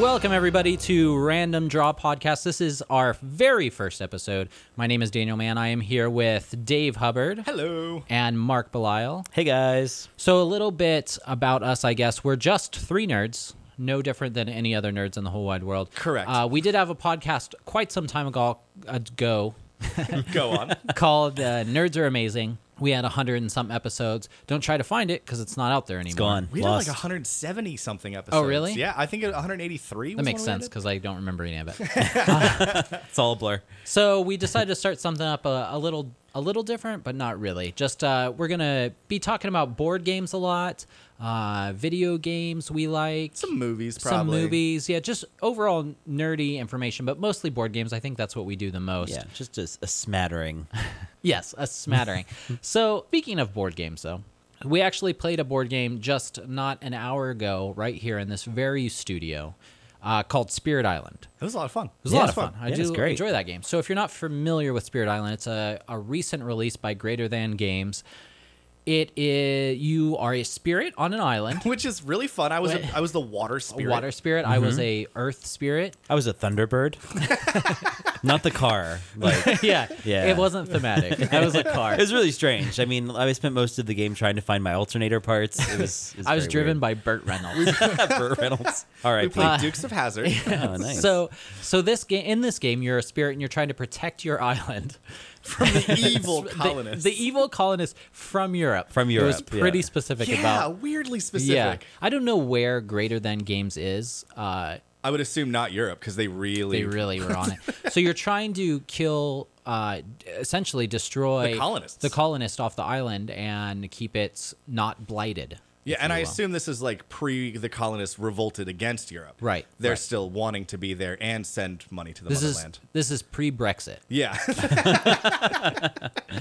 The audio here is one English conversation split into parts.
Welcome, everybody, to Random Draw Podcast. This is our very first episode. My name is Daniel Mann. I am here with Dave Hubbard. Hello. And Mark Belial. Hey guys. So, a little bit about us, I guess. We're just three nerds, no different than any other nerds in the whole wide world. Correct. Uh, we did have a podcast quite some time ago, ago Go on. called uh, Nerds Are Amazing. We had a 100 and some episodes. Don't try to find it because it's not out there anymore. gone. We Lost. did like 170 something episodes. Oh, really? Yeah, I think 183. That makes sense because I don't remember any of it. It's all a blur. So we decided to start something up a, a little a little different, but not really. Just uh, we're gonna be talking about board games a lot, uh, video games we like, Some movies, some probably. movies, yeah, just overall nerdy information, but mostly board games. I think that's what we do the most. Yeah, just a, a smattering. Yes, a smattering. so, speaking of board games, though, we actually played a board game just not an hour ago, right here in this very studio, uh, called Spirit Island. It was a lot of fun. It It was a lot of fun. I Yeah, do it's great. enjoy that game. So if you're not familiar with Spirit Island, it's a, a recent release by Greater Than Games. It is you are a spirit on an island, Which is really fun. I was Wait. a, I was the water a spirit. water spirit. I Mm-hmm. was a earth spirit. I was a Thunderbird. Not the car. Like it yeah, Yeah. It wasn't thematic. I was a car. was really strange. I mean, I spent most of the game trying to find my alternator parts. It was. It was I was very driven weird. by Burt Reynolds. Burt Reynolds. All We right. played Dukes of Hazard. oh, nice. So, so this game in this game, you're a spirit and you're trying to protect your island from the Evil the- colonists. the, evil colonists from Europe. From It was Europe, yeah. pretty specific yeah, about weirdly specific. I don't know where Greater Than Games is. Uh, I would assume not Europe because they really. they really were on it. So you're trying to kill, uh, d- essentially destroy The colonists. the colonist off the island, and keep it not blighted. yeah, if and you I will. assume this is like pre the colonists revolted against Europe. Right, They're right. still wanting to be there and send money to the this is motherland. this is pre-Brexit. Yeah.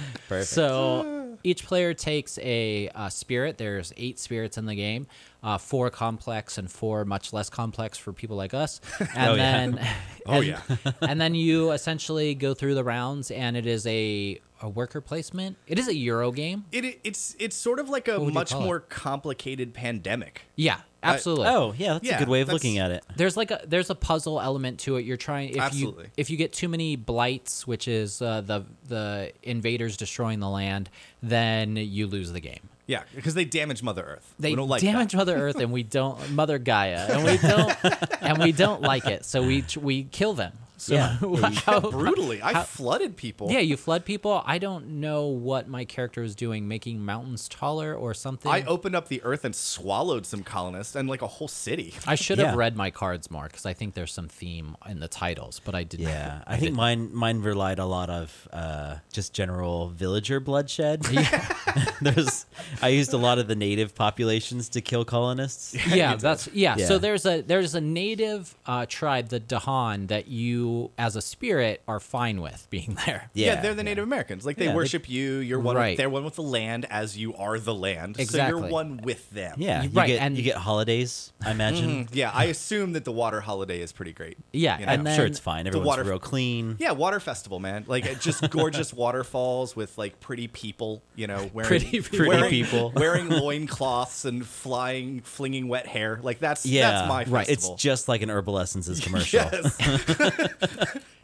Perfect. So each player takes a uh, spirit. There's eight spirits in the game, uh, four complex and four much less complex for people like us. And Oh, yeah. then, Oh, and, yeah. and then you essentially go through the rounds, and it is a a worker placement. It is a Euro game. it, it's it's sort of like a would you much call it? more complicated pandemic. Yeah, absolutely. oh yeah, that's Yeah, a good way of that's- looking at it. There's like a there's a puzzle element to it. You're trying if Absolutely. you if you get too many blights, which is uh, the the invaders destroying the land, then you lose the game. Yeah, because they damage Mother Earth. they we don't like damage that. Mother Earth, and we don't Mother Gaia, and we don't and we don't like it. So we we kill them. So Yeah. how- brutally. I flooded people. yeah, you flood people. I don't know what my character was doing, making mountains taller or something. I opened up the Earth and swallowed some colonists and like a whole city. I should have Yeah. read my cards more because I think there's some theme in the titles, but I didn't. Yeah, I think mine mine relied a lot of uh, just general villager bloodshed. There's I used a lot of the native populations to kill colonists. yeah, that's yeah. So Yeah. there's a there's a native uh, tribe, the Dahan, that you as a spirit are fine with being there. Yeah, Yeah, they're the Native Americans. Like they Yeah, they- worship you. You're one. Right. With, they're one with the land, as you are the land. So Exactly. you're one with them. Yeah, You- you right, get and- Mm-hmm. you get holidays. I imagine. Yeah, I assume that the water holiday is pretty great. Yeah, you and know? then- I'm sure it's fine. Everyone's water- real clean. yeah, water festival, man. Like uh, just gorgeous waterfalls with like pretty people, you know, wearing Pretty people. wearing, Pretty people. wearing loincloths and flying, flinging wet hair. Like that's Yeah, that's my right. It's festival. just like an Herbal Essences commercial. yes.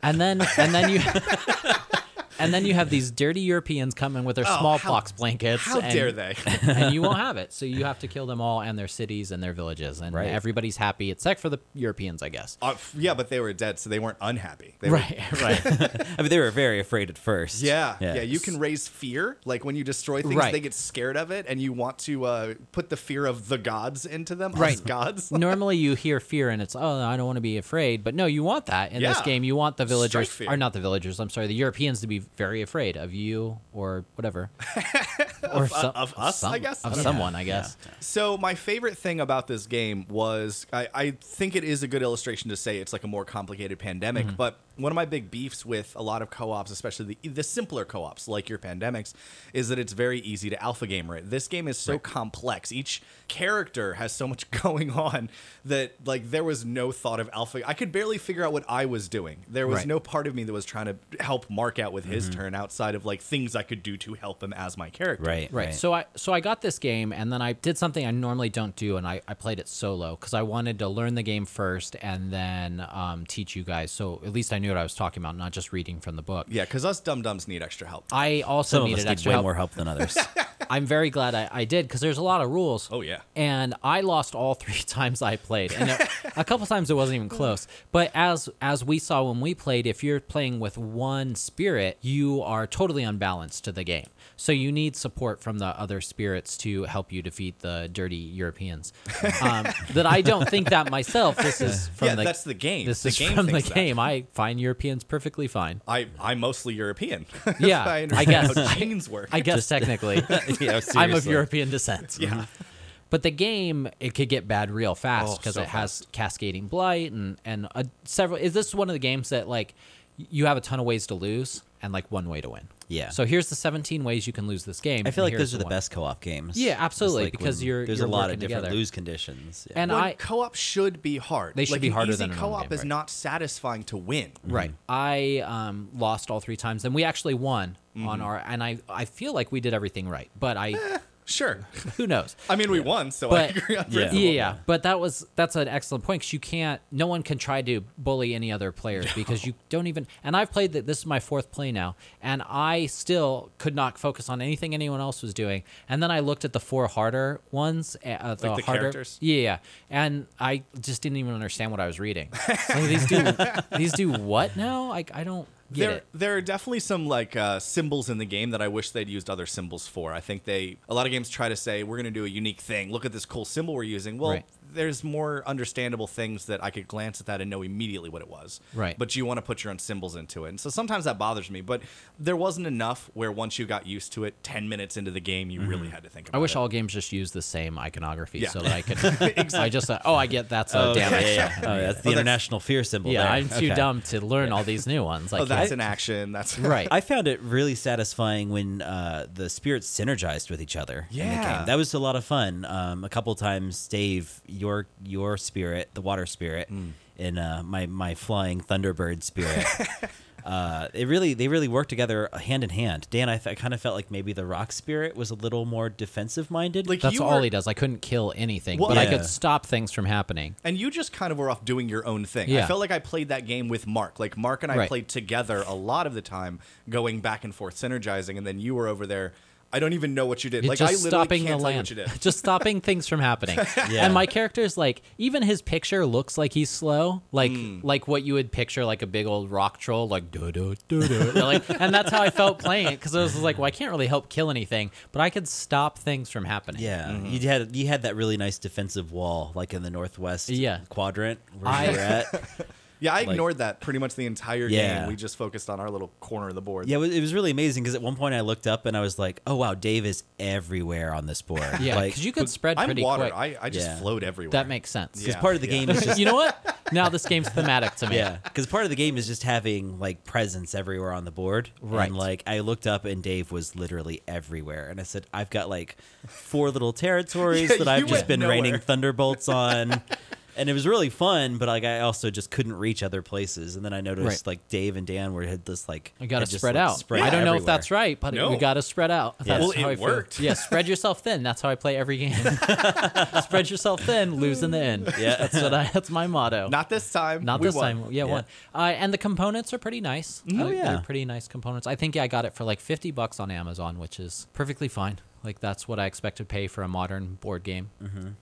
And then and then you and then you have these dirty Europeans coming with their Oh, smallpox how- blankets. How and, dare they? and you won't have it. So you have to kill them all and their cities and their villages. And Right. everybody's happy except for the Europeans, I guess. Uh, f- yeah, but they were dead, so they weren't unhappy. They were- Right, right. I mean, they were very afraid at first. yeah, yeah, You can raise fear. Like when you destroy things, Right. they get scared of it, and you want to uh, put the fear of the gods into them. us Right. gods. Normally you hear fear and it's oh I don't want to be afraid, but no, you want that in this Yeah. game. You want the villagers fear. or not the villagers, I'm sorry, the Europeans to be very afraid of you or whatever. or of, of us, I guess? I Of don't know. someone, I guess. So my favorite thing about this game was I, I think it is a good illustration to say it's like a more complicated pandemic, but one of my big beefs with a lot of co-ops, especially the the simpler co-ops like your pandemics, is that it's very easy to alpha gamer it. This game is so complex. Each character has so much going on that like there was no thought of alpha. I could barely figure out what I was doing. There was Right. no part of me that was trying to help Mark out with his his turn outside of like things I could do to help him as my character. Right. Right. So I so I got this game and then I did something I normally don't do and I, I played it solo because I wanted to learn the game first and then um, teach you guys. So at least I knew what I was talking about, not just reading from the book. Yeah, because us dum dums need extra help. I also Some of needed us need extra way help. more help than others. I'm very glad I, I did because there's a lot of rules. Oh, yeah. And I lost all three times I played, and a, a couple times it wasn't even close. But as as we saw when we played, if you're playing with one spirit, you are totally unbalanced to the game. So you need support from the other spirits to help you defeat the dirty Europeans. Um, that I don't think that myself. This is from yeah, the that's the game. This the is game from the thinks that. game. I find Europeans perfectly fine. I I'm mostly European. Yeah, I I, understand guess. how genes work. I guess Mm-hmm. technically. yeah, I'm of seriously. European descent. Yeah. But the game, it could get bad real fast Oh, because so it has cascading blight and and uh several. Is this one of the games that like y- you have a ton of ways to lose and like one way to win? Yeah. So here's the 17 ways you can lose this game. I feel and like those here's are the one. best co-op games. Yeah, It's absolutely, like because when you're- there's you're a lot working of different together. lose conditions. Yeah. And One, I co-op should be hard. They should Like, be an harder easy than a normal co-op game, is right. not satisfying to win. Right. I um, lost all three times, and we actually won Mm-hmm. on our. And I I feel like we did everything right, but I Sure. who knows. I mean, we won, so I but agree on Yeah. yeah. principle. yeah, But that was that's an excellent point because you can't. No one can try to bully any other players because you don't even. And I've played that. This is my fourth play now, and I still could not focus on anything anyone else was doing. And then I looked at the four harder ones, uh, uh, the, the harder. characters? Yeah, yeah, and I just didn't even understand what I was reading. Like, these do these do what now? I I don't get There, it. there are definitely some like uh, symbols in the game that I wish they'd used other symbols for. I think they a lot of games try to say we're going to do a unique thing. Look at this cool symbol we're using. Well, Right. there's more understandable things that I could glance at that and know immediately what it was. Right. But you want to put your own symbols into it, and so sometimes that bothers me. But there wasn't enough where once you got used to it, ten minutes into the game, you really had to think. Mm-hmm. about I wish it. all games just use the same iconography Yeah. so that I could. I just uh, oh I get that's a Oh, damn yeah, it. yeah, yeah. Oh, that's the that's- international fear symbol. Yeah, there. I'm too Okay. dumb to learn all these new ones. I Oh, that's can't- an action. That's right. I found it really satisfying when uh, the spirits synergized with each other. in the game. Yeah. that was a lot of fun. Um, a couple times, Dave, your your spirit, the water spirit, Hmm. and uh, my my flying thunderbird spirit. Uh, it really, they really work together hand in hand. Dan, I, f- I kind of felt like maybe the rock spirit was a little more defensive minded. Like- That's you all were- he does. I couldn't kill anything, Well, but I Yeah. could stop things from happening. And you just kind of were off doing your own thing. I Yeah. felt like I played that game with Mark. Like Mark and I Right. played together a lot of the time, going back and forth, synergizing, and then you were over there. I don't even know what you did. like just I literally stopping the can't tell you land, what you did. just stopping things from happening. Yeah. And my character's like, even his picture looks like he's slow, like Hmm. like what you would picture like a big old rock troll, like do do do do, like. And that's how I felt playing it because I was like, well, I can't really help kill anything, but I could stop things from happening. yeah, mm-hmm. you had you had that really nice defensive wall, like in the northwest Yeah. quadrant where I- you were at. Yeah, I ignored that pretty much the entire Yeah. game. We just focused on our little corner of the board. Yeah, it was, it was really amazing because at one point I looked up and I was like, "Oh wow, Dave is everywhere on this board." yeah, like, because you could spread I'm pretty water. quick. I, I just Yeah. float everywhere. that makes sense. because Yeah, part of the yeah. game is just You know what? Now this game's thematic to me. yeah, because part of the game is just having like presence everywhere on the board. Right. And like I looked up and Dave was literally everywhere, and I said, "I've got like four little territories Yeah, that you I've went just been raining nowhere. thunderbolts on." And it was really fun, but like I also just couldn't reach other places. And then I noticed Right. like Dave and Dan were had this like We got to had just, spread like, out. spread I don't know if everywhere. that's right, but No. we got to spread out. That's Yeah. Well, how it I feel. worked. Yeah, spread yourself thin. That's how I play every game. spread yourself thin, lose in the end. Yeah. that's what I, that's my motto. Not this time. Not We this won. time. Yeah, Yeah. one. Uh, and the components are pretty nice. Oh, Uh, they're yeah. pretty nice components. I think I got it for like fifty bucks on Amazon, which is perfectly fine. Like that's what I expect to pay for a modern board game.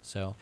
So,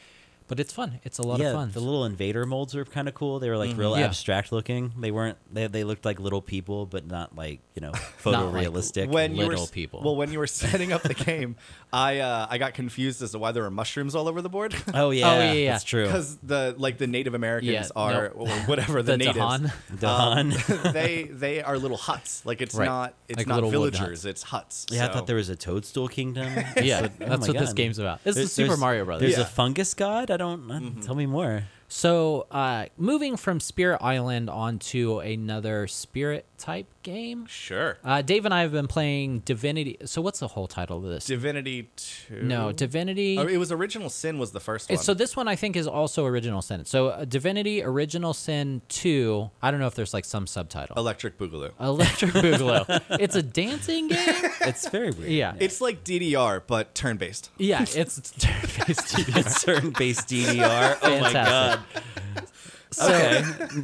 but it's fun. It's a lot Mm-hmm. yeah, of fun. Mm-hmm. The little invader molds were kind of cool. They were like real Yeah. abstract looking. They weren't. They, they looked like little people, but not like you know photorealistic. when- you were little s- people. Well, when you were setting up the game, I uh, I got confused as to why there were mushrooms all over the board. oh yeah, yeah, yeah. that's true. because the like the Native Americans Yeah, are nope. or whatever the, The natives. Dahan. Dahan. um, they they are little huts. Like it's Right. not it's Like not little wood villagers. It's huts. Yeah, I so- thought there was a toadstool kingdom. yeah, Oh that's my what this God. game's about. This There's- is Super there's- Mario Brothers. There's Yeah. Mm-hmm. a fungus god. I don't. I don't- uh, Tell me more. So, uh, moving from Spirit Island onto another Spirit type game. Sure. Uh, Dave and I have been playing Divinity. So, what's the whole title of this? Divinity Two. no, Divinity. Oh, it was Original Sin was the first one. And So this one I think is also Original Sin. So uh, Divinity Original Sin 2. I don't know if there's like some subtitle. Electric Boogaloo. Oh, Electric Boogaloo. it's a dancing game? It's very weird. Yeah. It's like DDR but turn based. yeah, it's turn-based TV. Turn based DDR. Oh my god. Fantastic. So,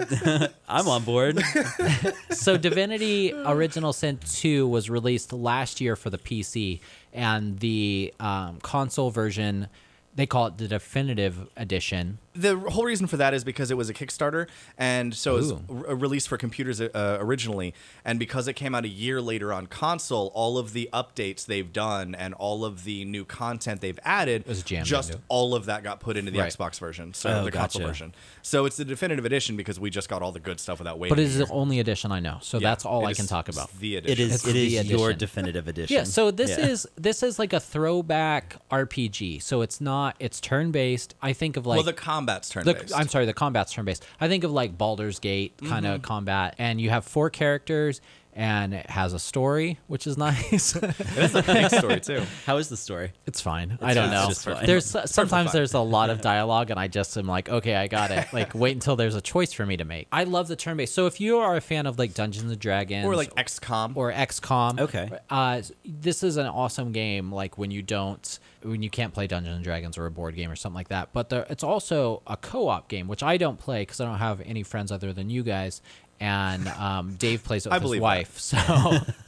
I'm on board. so Divinity Original Sin 2 was released last year for the PC and the um, console version they call it the definitive edition. The whole reason for that is because it was a Kickstarter, and so it was Ooh. r- released for computers uh, originally. And because it came out a year later on console, all of the updates they've done and all of the new content they've added, was jammed just into. all of that got put into the Right. Xbox version, so Oh, the console gotcha. version. So it's the definitive edition because we just got all the good stuff without waiting. But it is a the year. only edition I know. So Yeah, that's all it I is can talk about. The edition. It is It's it the is your edition. definitive edition. Yeah, so this Yeah. is this is like a throwback RPG. So it's not it's turn based. I think of like well, the combat's turn the- based. I'm sorry, the combat's turn based. I think of like Baldur's Gate kind Mm-hmm. of combat, and you have four characters, and it has a story, which is nice. That's a big story too. How is the story? it's fine. I don't it's know. just fine. There's so- sometimes fine. there's a lot of dialogue, and I just am like, okay, I got it. Like wait until there's a choice for me to make. I love the turn based. So if you are a fan of like Dungeons and Dragons Or like XCOM. or XCOM. Okay. Uh, this is an awesome game. Like when you don't, when you can't play Dungeons and Dragons or a board game or something like that. But there, it's also a co-op game, which I don't play because I don't have any friends other than you guys. And um, Dave plays it I with his believe that. wife. So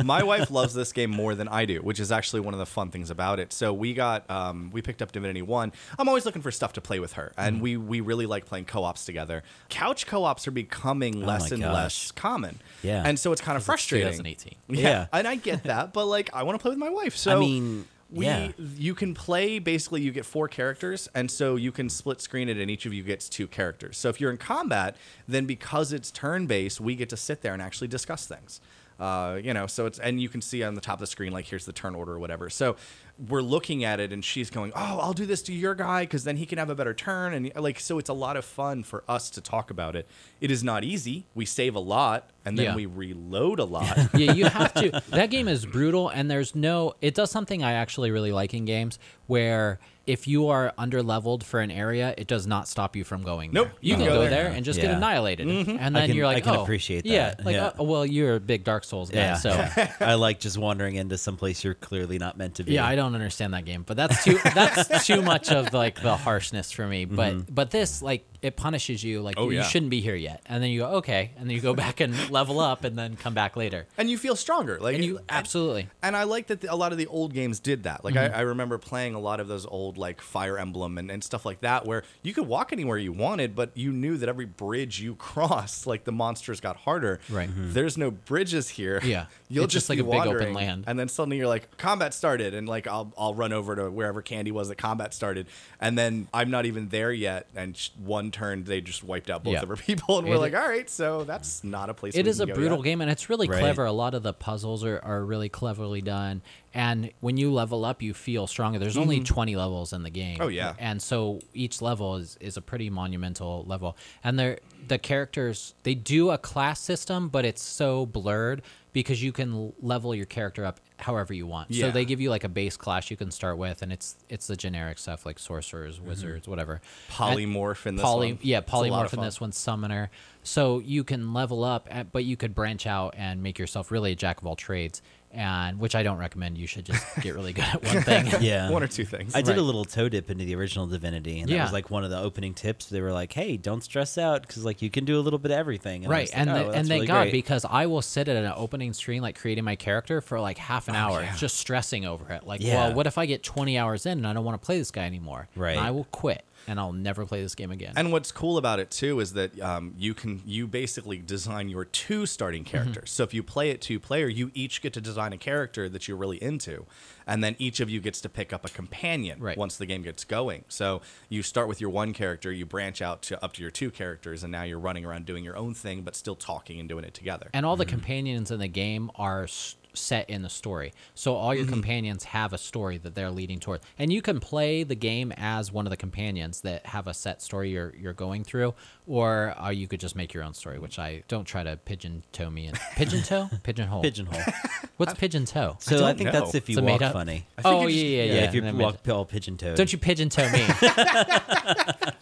My wife loves this game more than I do, which is actually one of the fun things about it. So we got um, we picked up Divinity One. I'm always looking for stuff to play with her, and Mm-hmm. we we really like playing co-ops together. Couch co-ops are becoming less Oh my and gosh. less common. Yeah. and so it's kind of frustrating. 2018. Yeah. Yeah. and I get that, but like I want to play with my wife. So mean, We, yeah. you can play basically you get four characters and so you can split screen it and each of you gets two characters so if you're in combat then because it's turn based we get to sit there and actually discuss things uh, you know so it's and you can see on the top of the screen like here's the turn order or whatever so we're looking at it and she's going oh i'll do this to your guy because then he can have a better turn and like so it's a lot of fun for us to talk about it it is not easy we save a lot and then Yeah. we reload a lot yeah, you have to. That game is brutal, and there's no. It does something I actually really like in games where if you are under leveled for an area, it does not stop you from going. Nope, there. you can go there, and just get Yeah. annihilated, and then can- you're like, I can oh, appreciate Yeah, that. like Yeah. oh, well, you're a big Dark Souls guy, Yeah. so. I like just wandering into some place you're clearly not meant to be. Yeah, I don't understand that game, but that's too that's too much of like the harshness for me. But but this like it punishes you like Oh, you yeah. shouldn't be here yet, and then you go okay, and then you go back and level up, and then come back later, and you feel stronger like and you absolutely And I like that the, a lot of the old games did that. Like Mm-hmm. I, I remember playing a lot of those old like Fire Emblem and, and stuff like that, where you could walk anywhere you wanted, but you knew that every bridge you crossed, like the monsters got harder. Right. Mhm. There's no bridges here. Yeah. You'll It's just just, like be a big open wandering, land. And then suddenly you're like, combat started, and like I'll I'll run over to wherever Candy was that combat started, and then I'm not even there yet. And sh- one turn they just wiped out both Yeah. of her people, and It- we're like, all right, so that's not a place. It we is can a go brutal yet." game and it's really Right. clever a lot of the puzzles are, are really cleverly done and when you level up you feel stronger there's only 20 levels in the game Mm-hmm. Oh, yeah. and so each level is, is a pretty monumental level and they're the characters they do a class system but it's so blurred because you can l- level your character up however you want so Yeah. they give you like a base class you can start with and it's it's the generic stuff like sorcerers Mm-hmm. wizards whatever And- Polymorph in this poly one. yeah It's a lot of polymorph in fun. this one summoner so you can level up at, but you could branch out and make yourself really a jack of all trades and which i don't recommend you should just get really good at one thing Yeah. One or two things. I did Right. a little toe dip into the original Divinity, and that Yeah. was like one of the opening tips. They were like, "Hey, don't stress out because like you can do a little bit of everything." I right was like, and "Oh, the- well, and that's thank really god great." because i will sit at an opening screen like creating my character for like half an hour just stressing over it like Oh, Yeah. well what if i get 20 hours in and i don't want to play this guy anymore And Right. i will quit and i'll never play this game again And what's cool about it too is that um, you can you basically design your two Mm-hmm. starting characters. So if you play it two player, you each get to design a character that you're really into, and then each of you gets to pick up a companion Right. once the game gets going. So you start with your one character, you branch out to up to your two characters, and now Mm-hmm. you're running around doing your own thing, but still talking and doing it together. and all the companions in the game are s- set in the story. So all Mm-hmm. your companions have a story that they're leading toward. And you can play the game as one of the companions that have a set story you're you're going through or uh, you could just make your own story, which I don't try to pigeon toe me in. Pigeon toe? Pigeonhole. pigeonhole. What's pigeon toe? So don't I, think that's know. if you It's a walk made up- funny. Oh it's- yeah, yeah, yeah. Yeah, if you and then walk all pigeon toed. Don't you pigeon toe me.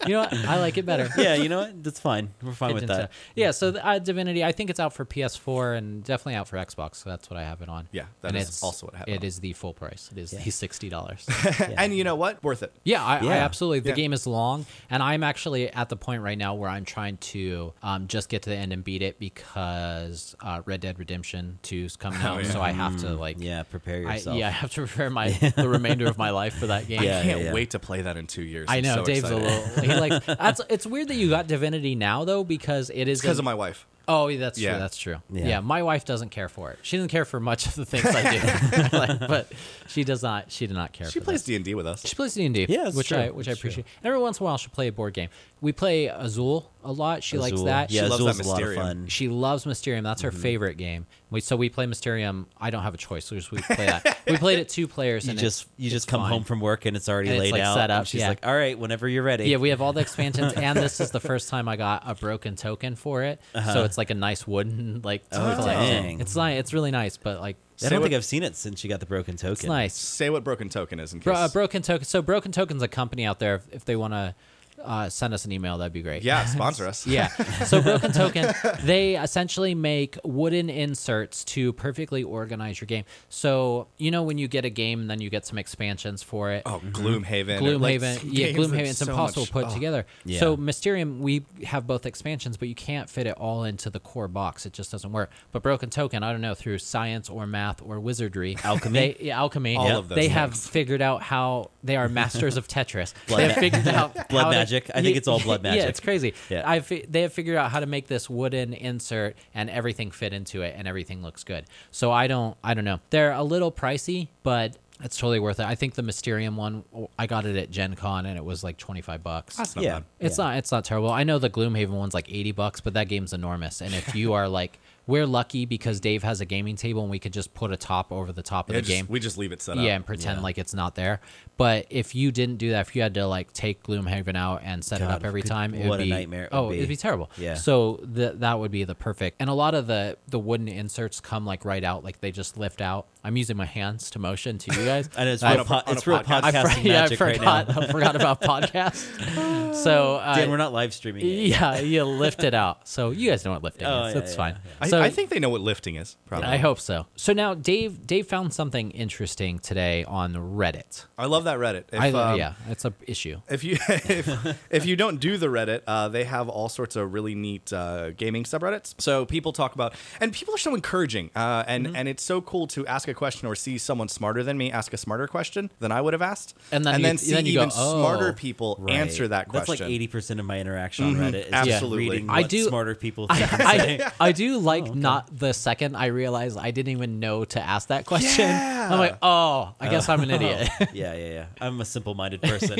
you know what? I like it better. yeah, you know what? That's fine. We're fine with Pigeon that. toe. Yeah, so Mm-hmm. the, uh, Divinity, I think it's out for PS4 and definitely out for Xbox. So that's what I have it on. Yeah, that and is it's also what I have it It on. is the full price. It is the sixty dollars. And you know what? Worth it. yeah, I, I Yeah. absolutely. The Yeah. game is long, and I'm actually at the point right now where I'm trying to um, just get to the end and beat it because uh, Red Dead Redemption 2 is coming out, Oh, yeah. so I have to like. Mm, Yeah, prepare I, yourself. yeah, I have to prepare my the remainder of my life for that game. Yeah, I can't yeah. wait to play that in two years. I I'm know so Dave's excited. a little. He likes that's. It's weird that you got Divinity now though because it is because an- of my wife. Oh, yeah, that's Yeah. true. That's true. Yeah. Yeah. my wife doesn't care for it. She doesn't care for much of the things I do, Like, but she does not. She did not care. She for plays this. D and D with us. She plays D and D, Yeah, that's which true. I which I That's true. appreciate. And every once in a while, she'll play a board game. We play Azul a lot. She likes Azul. Mm-hmm. that. Yeah, she, loves Azul's that a lot of Mysterium. fun. she loves Mysterium. That's her favorite game. We, so we play Mysterium. I don't have a choice. So we just- we play that. we played it two players. You and just it's- you it's just come fine. home from work and it's already And it's, laid like, out. set up, and she's yeah. like, "All right, whenever you're ready." Yeah, we have all the expansions, and this is the first time I got a broken token for it. So it's like a nice wooden like. Uh-huh. Oh, collection. dang. It's ni- It's really nice, but like I Say don't think what- I've seen it since you got the broken token. it's nice. Say what Broken Token is in case. Bro, uh, broken token. So broken token's a company out there. If, if they want to uh, send us an email, that'd be great. yeah, sponsor us. Yeah. So Broken Token, they essentially make wooden inserts to perfectly organize your game. So, you know, when you get a game and then you get some expansions for it. Oh, Gloomhaven. Like, Mm-hmm. Gloomhaven, yeah, games that Gloomhaven. It's so impossible much- to put oh. together. Yeah. So Mysterium, we have both expansions, but you can't fit it all into the core box. It just doesn't work. But Broken Token, I don't know through science or math or wizardry, Alchemy? they, yeah, alchemy, All of those they have things. figured out how they are masters of Tetris. Blood they have ma- figured out blood how to- magic. I think it's all blood Yeah, magic. it's crazy. Yeah. I fi- they have figured out how to make this wooden insert and everything fit into it and everything looks good. So I don't I don't know. They're a little pricey, but it's totally worth it. I think the Mysterium one I got it at Gen Con and it was like 25 bucks. That's not Yeah. bad. It's not it's not terrible. I know the Gloomhaven one's like 80 bucks, but that game's enormous. And if you are like we're lucky because Dave has a gaming table and we could just put a top over the top of Yeah, the just- game We just leave it set up. yeah, and pretend like it's not there. But if you didn't do that, if you had to like take Gloomhaven out and set it God, up every good- time, it would what a be nightmare it would oh, be. it'd be terrible. Yeah. So that that would be the perfect. And a lot of the the wooden inserts come like right out, like they just lift out. I'm using my hands to motion to you guys. I know it's I- real, a- po- on a it's real podcast. podcasting I, for- magic yeah, I right now. forgot. I forgot about podcast. So uh, Dan, we're not live streaming. It. yeah, you lift it out. So you guys know what lifting Oh, is. yeah, That's yeah, fine. I, So I think they know what lifting is. Probably. I hope so. So now Dave Dave found something interesting today on Reddit. I love that Reddit. If, I, um, yeah, it's a issue. If you if, if you don't do the Reddit, uh, they have all sorts of really neat uh, gaming subreddits. So people talk about, and people are so encouraging, uh, and Mm-hmm. and it's so cool to ask a question or see someone smarter than me ask a smarter question than I would have asked, And then you- then see then you go, even "Oh, smarter people answer that question. That's like eighty percent of my interaction on Reddit. Is just absolutely. reading Mm-hmm. I what do- smarter people. Think and say. I, I, I Oh, do like not the second I realize I didn't even know to ask that question. I'm like, oh, I guess I'm an idiot. yeah, yeah, yeah. I'm a simple-minded person.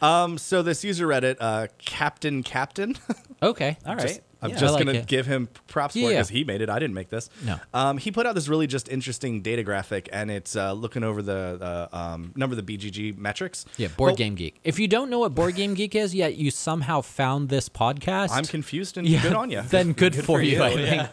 Um, so this user Reddit, uh, Captain Captain. Okay. All right. Just- I'm Yeah. just I like gonna it. give him props for it Yeah. because he made it. I didn't make this. No. Um, he put out this really just interesting data graphic, and it's uh, looking over the uh, um, number of the BGG metrics. Yeah, Board But Game Geek. If you don't know what Board Game Geek is, yet you somehow found this podcast. I'm confused and yeah, good on you. Then good, for, you, I think.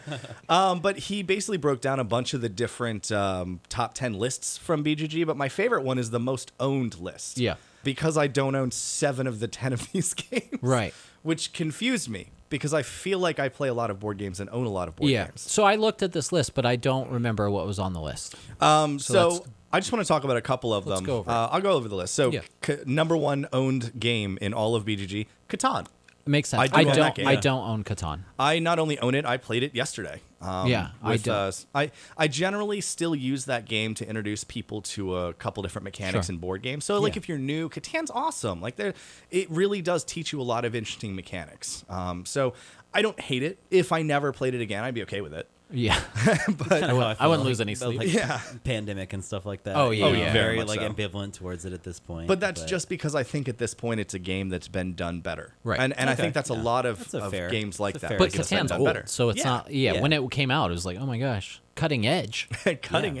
Um, but he basically broke down a bunch of the different um, top 10 lists from BGG, but my favorite one is the most owned list. Yeah. Because I don't own seven of the 10 of these games. Right. Which confused me because I feel like I play a lot of board games and own a lot of board Yeah. games. So I looked at this list, but I don't remember what was on the list. Um, so let's- I just want to talk about a couple of Let's them. go over it. uh, I'll go over the list. So, Yeah. c- number one owned game in all of BGG, Catan. It makes sense. I do I own that don't. game. I don't own Catan. I not only own it, I played it yesterday. Um, Yeah, I with, don't. uh, s- I I generally still use that game to introduce people to a couple different mechanics Sure. in board games. So like Yeah. if you're new, Catan's awesome. Like there, it really does teach you a lot of interesting mechanics. Um, so I don't hate it. If I never played it again, I'd be okay with it. Yeah. Kinda how wou- I wouldn't feel lose any about, sleep. like, Yeah. pandemic and stuff like that. Oh, You yeah. know, Oh, yeah. very Very much like so. ambivalent towards it at this point. But that's just because I think at this point it's a game that's been done better. Right. And and Okay. I think that's Yeah. a lot of, That's a of fair- games like that's a that. fair But that have been Catan's done old, better. so it's Yeah. not. Yeah, Yeah. When it came out, it was like, oh my gosh, cutting edge. Cutting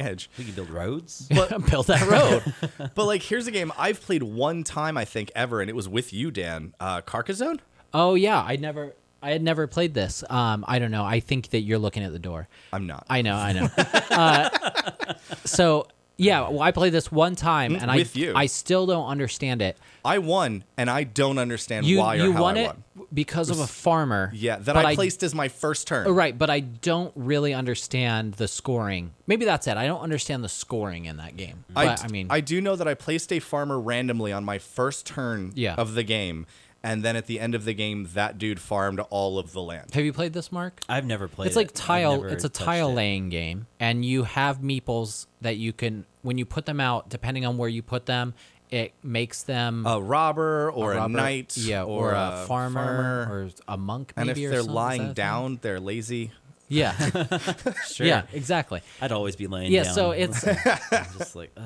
edge. we can build roads. But Build that e- road. but like here's a game I've played one time I think ever, and it was with you, Dan. Uh, Carcassonne. oh yeah, I never. I had never played this. Um, I don't know. I think that you're looking at the door. I'm not. I know, I know. uh, so yeah, well, I played this one time, and Mm, with I you. I still don't understand it. I won, and I don't understand You why or you how won I it won. because of a farmer. Yeah, that but I placed as my first turn. Right, but I don't really understand the scoring. Maybe that's it. I don't understand the scoring in that game. I, But, I, mean, I do know that I placed a farmer randomly on my first turn Yeah. of the game, and then at the end of the game, that dude farmed all of the land. have you played this, Mark? I've never played. It's like it. I've tile. never It's a touched tile it. laying game, and you have meeples that you can when you put them out. Depending on where you put them, it makes them A robber Uh, or a, robber- knight, yeah, or, a, farmer, or a monk. and if maybe, or they're something, is that lying a thing? down, they're lazy. yeah, Sure. yeah, exactly. I'd always be laying Yeah, down. so it's- I'm just like ugh.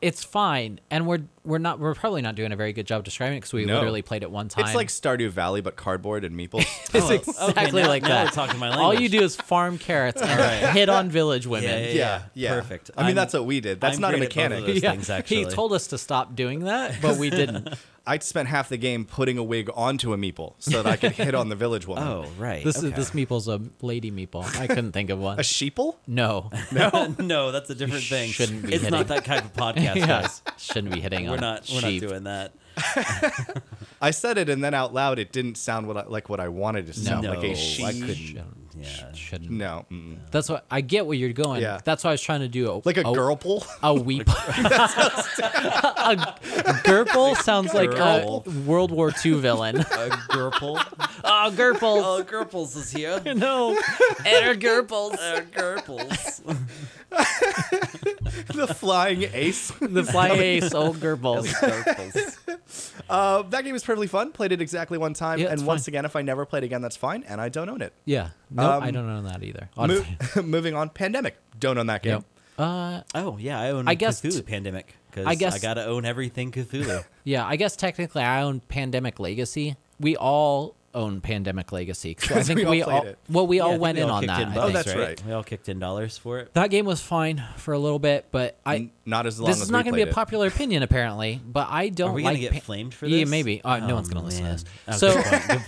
It's fine, and we're we're not we're probably not doing a very good job describing it because we No. literally played it one time. It's like Stardew Valley, but cardboard and meeples. It's Oh, exactly okay, now- like now that. we're talking my All language. you do is farm carrots and hit on village women. Yeah, yeah, yeah, perfect. I mean, I'm- that's what we did. That's I'm not a great at both of mechanic. those. things, actually. He told us to stop doing that, but we didn't. I spent half the game putting a wig onto a meeple so that I could hit on the village woman. oh right. This okay. is this meeple's a lady meeple. I couldn't think of one. A sheeple? no. no, that's a different sh- thing. shouldn't be it's hitting- not that kind of podcast, guys. Yes. Shouldn't be hitting We're on not. We're sheep. not doing that. I said it, and then out loud, it didn't sound what I, like what I wanted it to sound no, like a she. I couldn't. Shouldn't. Yeah. Shouldn't. No, mm. That's what I get where you're going. Yeah. That's why I was trying to do a, like a a girl pull. A weep. a Gurple sounds like a Gurple. World War II villain. A Gurple. Oh, Gurples. Oh, Gurples is here. No. Enter Gurples. Uh, Gurples. the flying ace. The fly ace, old Gurples. Gurples. Uh, that game is perfectly fun. Played it exactly one time, Yeah, and it's once fine. again, if I never played again, that's fine, and I don't own it. Yeah. No, Um, I don't own that either. Mo- Honestly. moving on, pandemic. Don't own that game. Yep. Uh, Oh yeah, I own. I guess Cthulhu t- Pandemic because I I guess- guess I gotta own everything Cthulhu. yeah, I guess technically I own Pandemic Legacy. We all own Pandemic Legacy. 'cause I 'Cause think we all we played all, it. Oh, well, we Yeah, I all think went we in on kicked that. I dollars, think. that's right. We all kicked in dollars for it. That game was fine for a little bit, but I Mm, N- Not as long this as is we not going to be played a it. popular opinion apparently. But I don't Are we like gonna get pa- flamed for Yeah, this? maybe. Uh, no Oh, one's going to listen to man. this. Oh, so, good point. Good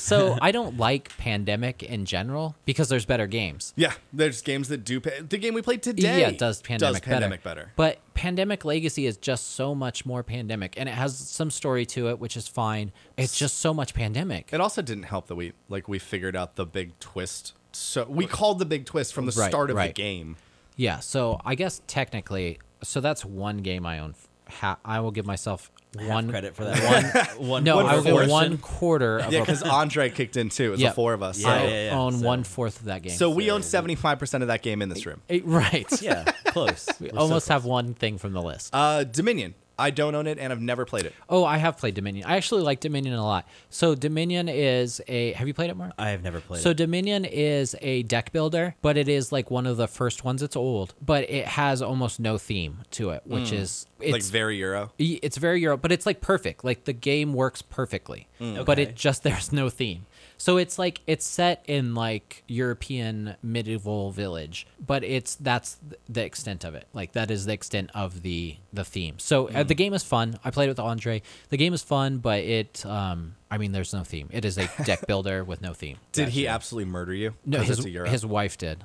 so I don't like Pandemic in general because there's better games. Yeah, there's games that do. Pa- the game we played today. Yeah, it does pandemic, pandemic better. better. But Pandemic Legacy is just so much more pandemic, and it has some story to it, which is fine. It's just so much pandemic. It also didn't help that we like we figured out the big twist. So we called the big twist from the Right, start of right. the game. Yeah, so I guess technically, so that's one game I own. Ha- I will give myself one One credit for that. One. One. No, one I will give portion. one quarter of Yeah, a. because Andre kicked in too. It's Yeah. the four of us. Yeah, I so, yeah, yeah. own so- one fourth of that game. so we own seventy five percent of that game in this room. Eh, right, Yeah, close. we We're so almost close. have one thing from the list. Uh, Dominion. I don't own it, and I've never played it. oh, I have played Dominion. I actually like Dominion a lot. So Dominion is a. Have you played it, Mark? I have never played. So it. Dominion is a deck builder, but it is like one of the first ones. It's old, but it has almost no theme to it, which Hmm. is it's like very Euro. y- it's very Euro, but it's like perfect. Like the game works perfectly, Mm, but Okay. it just there's no theme. So it's like it's set in like European medieval village, but it's that's th- the extent of it. Like that is the extent of the the theme. So uh, Mm. the game is fun. I played it with Andre. The game is fun, but it um I mean there's no theme. It is a deck builder with no theme. Did he absolutely murder you? No, 'Cause his, it's a Euro. his wife did.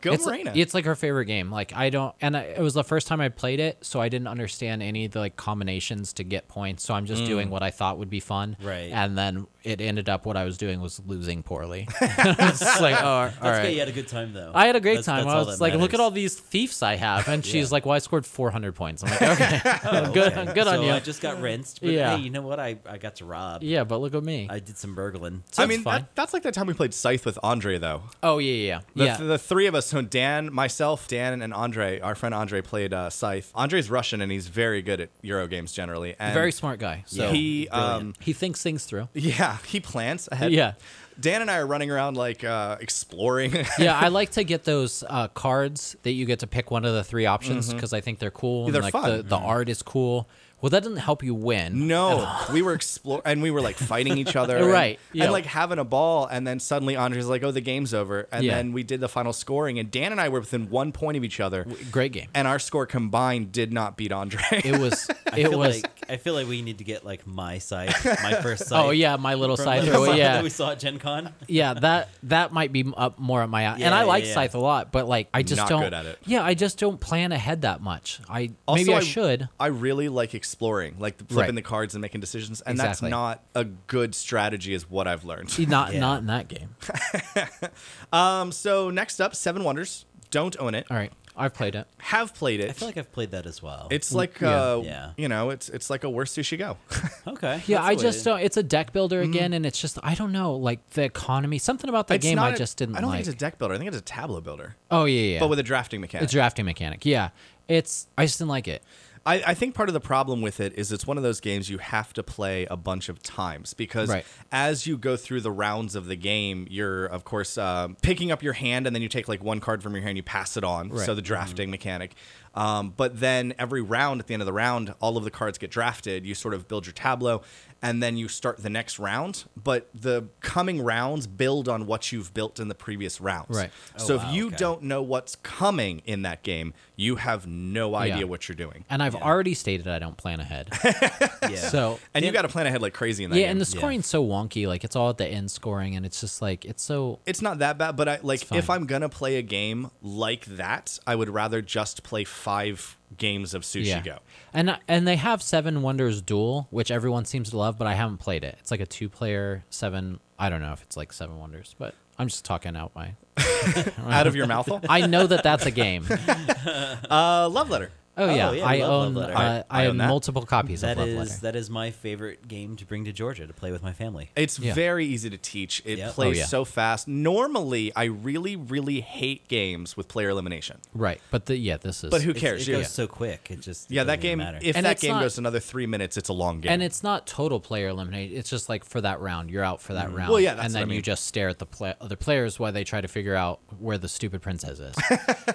Go It's, Marina. it's like her favorite game. Like I don't, and I, it was the first time I played it, so I didn't understand any of the like combinations to get points. So I'm just doing what I thought would be fun, Mm. Right. And then it ended up what I was doing was losing poorly. it's like, oh, all right. That's good. You had a good time though. I had a great That's- time. that's I all was that like, look at matters. all these thieves I have, and she's like, well, I scored 400 points. I'm like, okay, good, good so on you. I just got rinsed. But Yeah. hey, you know what? I, I got to rob. yeah, but look at me. I did some burgling. So I it's mean, fine. that, that's like that time we played Scythe with Andre, though. oh yeah, yeah, The, yeah. yeah. the three of us, so Dan, myself, Dan, and Andre, our friend Andre played uh, Scythe. Andre's Russian and he's very good at Euro games generally. And Very smart guy. So he, He, um, he thinks things through. yeah, he plans ahead. Yeah. Dan and I are running around like uh, exploring. yeah, I like to get those uh, cards that you get to pick one of the three options because I think they're cool. and, Mm-hmm. They're like The, fun. Mm-hmm. the art is cool. Well, that doesn't help you win. no, we were explore and we were like fighting each other, and- Right, And, yeah. like having a ball, and then suddenly Andre's like, "Oh, the game's over," and Yeah. then we did the final scoring, and Dan and I were within one point of each other, Great game. and our score combined did not beat Andre. It was. I It feel was. Like, I feel like we need to get like my site, my first site. oh yeah, my little from scythe. the throw, site Yeah, that we saw at Gen Con. yeah. That that might be up more at my eye. Yeah, and I yeah, like yeah. scythe a lot, but like I just Not don't. good at it. Yeah, I just don't plan ahead that much. I Also, maybe I, should. I really like exploring, like flipping Right. the cards and making decisions, and Exactly. E that's not a good strategy, is what I've learned. Not Yeah. not in that game. um, so next up, Seven Wonders. Don't own it. All right, I've played it. Have played it. I feel like I've played that as well. it's like, Yeah. uh, Yeah. you know, it's it's like a worst sushi go. okay. Yeah, that's I the way just to- don't. It's a deck builder again, and it's just I don't know, like the economy, something about the Mm-hmm. It's game not I a- just didn't I don't like. think it's a deck builder. I think it's a tableau builder, oh yeah, yeah, yeah. but with a drafting mechanic. a drafting mechanic. Yeah, it's I just didn't like it. I, I think part of the problem with it is it's one of those games you have to play a bunch of times because Right. as you go through the rounds of the game, you're of course um, picking up your hand and then you take like one card from your hand, you pass it on. Right. So the drafting mechanic. Um, but then every round, at the end of the round, all of the cards get drafted. You sort of build your tableau and then you start the next round. But the coming rounds build on what you've built in the previous rounds. Right. Oh, so wow, if you okay. don't know what's coming in that game, you have no idea Yeah. what you're doing. And I've already stated I don't plan ahead. Yeah. So And you got to plan ahead like crazy in that yeah, game. and the scoring's so wonky. Like it's all at the end scoring, and it's just like it's so. it's not that bad, but I like if fine. I'm gonna play a game like that, I would rather just play five games of Sushi Yeah, Go. and and they have Seven Wonders Duel, which everyone seems to love, but I haven't played it. It's like a two-player seven. I don't know if it's like Seven Wonders, but I'm just talking out my. Out of your mouthful. I know that that's a game. Uh, love letter. Oh, Oh, yeah, yeah, I, love Love own, Letter. uh, I I own. own that. multiple copies That of Love is Letter. that is my favorite game to bring to Georgia to play with my family. It's Yeah. very easy to teach. It Yep. plays Oh, yeah. so fast. Normally, I really, really hate games with player elimination. right, but the, yeah, this is. But who It's- cares? It Yeah. goes so quick. It just it Yeah, that doesn't game. even Matter. If And that it's game not- goes another three minutes, it's a long game. And it's not total player eliminate. It's just like for that round, you're out for that round. Mm. Well, yeah, that's and what then I mean. you just stare at the pla other players while they try to figure out where the stupid princess is.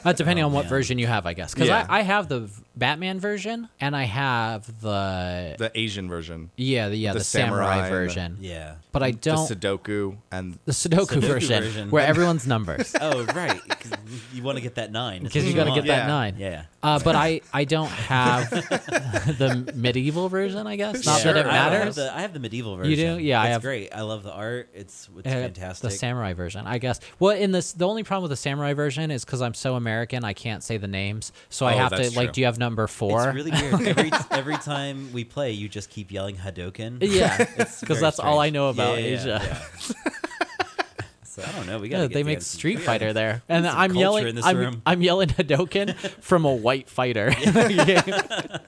uh, depending on what version you have, I guess. Because Yeah. I, I have the v- Batman version and I have the the Asian version, yeah the yeah the, the samurai, samurai and the- version. yeah. But I don't the the, Sudoku, and Sudoku, Sudoku version, version. where everyone's numbers Oh right, 'cause you want to get that nine That's because what you got to want. get that Mm-hmm. Yeah. nine. Yeah. Uh, but I, I don't have the medieval version, I guess. Not Sure. that it I have matters. the- I have the medieval version. You do? Yeah, I it's have- great. I love the art. It's it's Uh, fantastic. The samurai version, I guess. Well, in this, the only problem with the samurai version is because I'm so American, I can't say the names, so I Oh, have to that's like, true. do you have number four? It's really weird. Every every time we play, you just keep yelling Hadoken. yeah, It's because very that's all I strange. know about Yeah, yeah, Asia. yeah. so I don't know. We got. Yeah, they make Street Fighter there, and some I'm culture yelling. in this I'm, room. I'm yelling Hadoken from a white fighter. Yeah.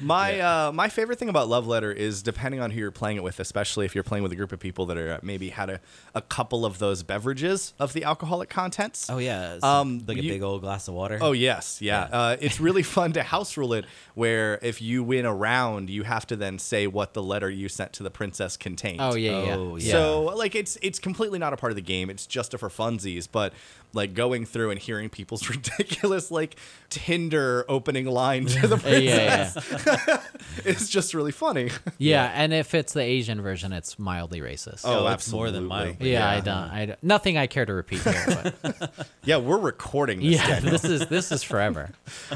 My uh, my favorite thing about Love Letter is depending on who you're playing it with, especially if you're playing with a group of people that are uh, maybe had a, a couple of those beverages of the alcoholic contents. Oh yeah. it's Um, like a you- big old glass of water. Oh, yes, yeah. Uh, it's really fun to house rule it, where if you win a round, you have to then say what the letter you sent to the princess contained. Oh yeah, yeah. Oh, yeah. So like it's it's completely not a part of the game. It's just for funsies. But like going through and hearing people's ridiculous like Tinder opening line to the Yeah, princess yeah, yeah. is just really funny. Yeah, and if it's the Asian version, it's mildly racist. Oh, Oh, it's more than absolutely. yeah, I don't. I don't, nothing I care to repeat here. But Yeah, we're recording this. yeah, this is this is forever.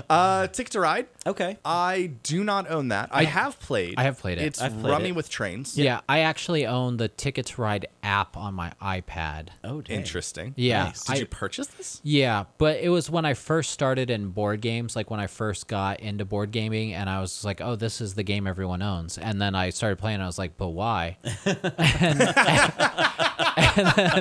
Uh, Tick to Ride. Okay. I do not own that. I, have played. I have played it. It's I've played rummy it. with trains. Yeah, I actually own the Ticket to Ride app on my iPad. Oh, dang. Interesting. Yeah, Nice. Did I- you purchase this? yeah, but it was when I first started in board games, like when I first got into board gaming, and I was just like, "Oh, this is the game everyone owns." And then I started playing, and I was like, "But why?" and,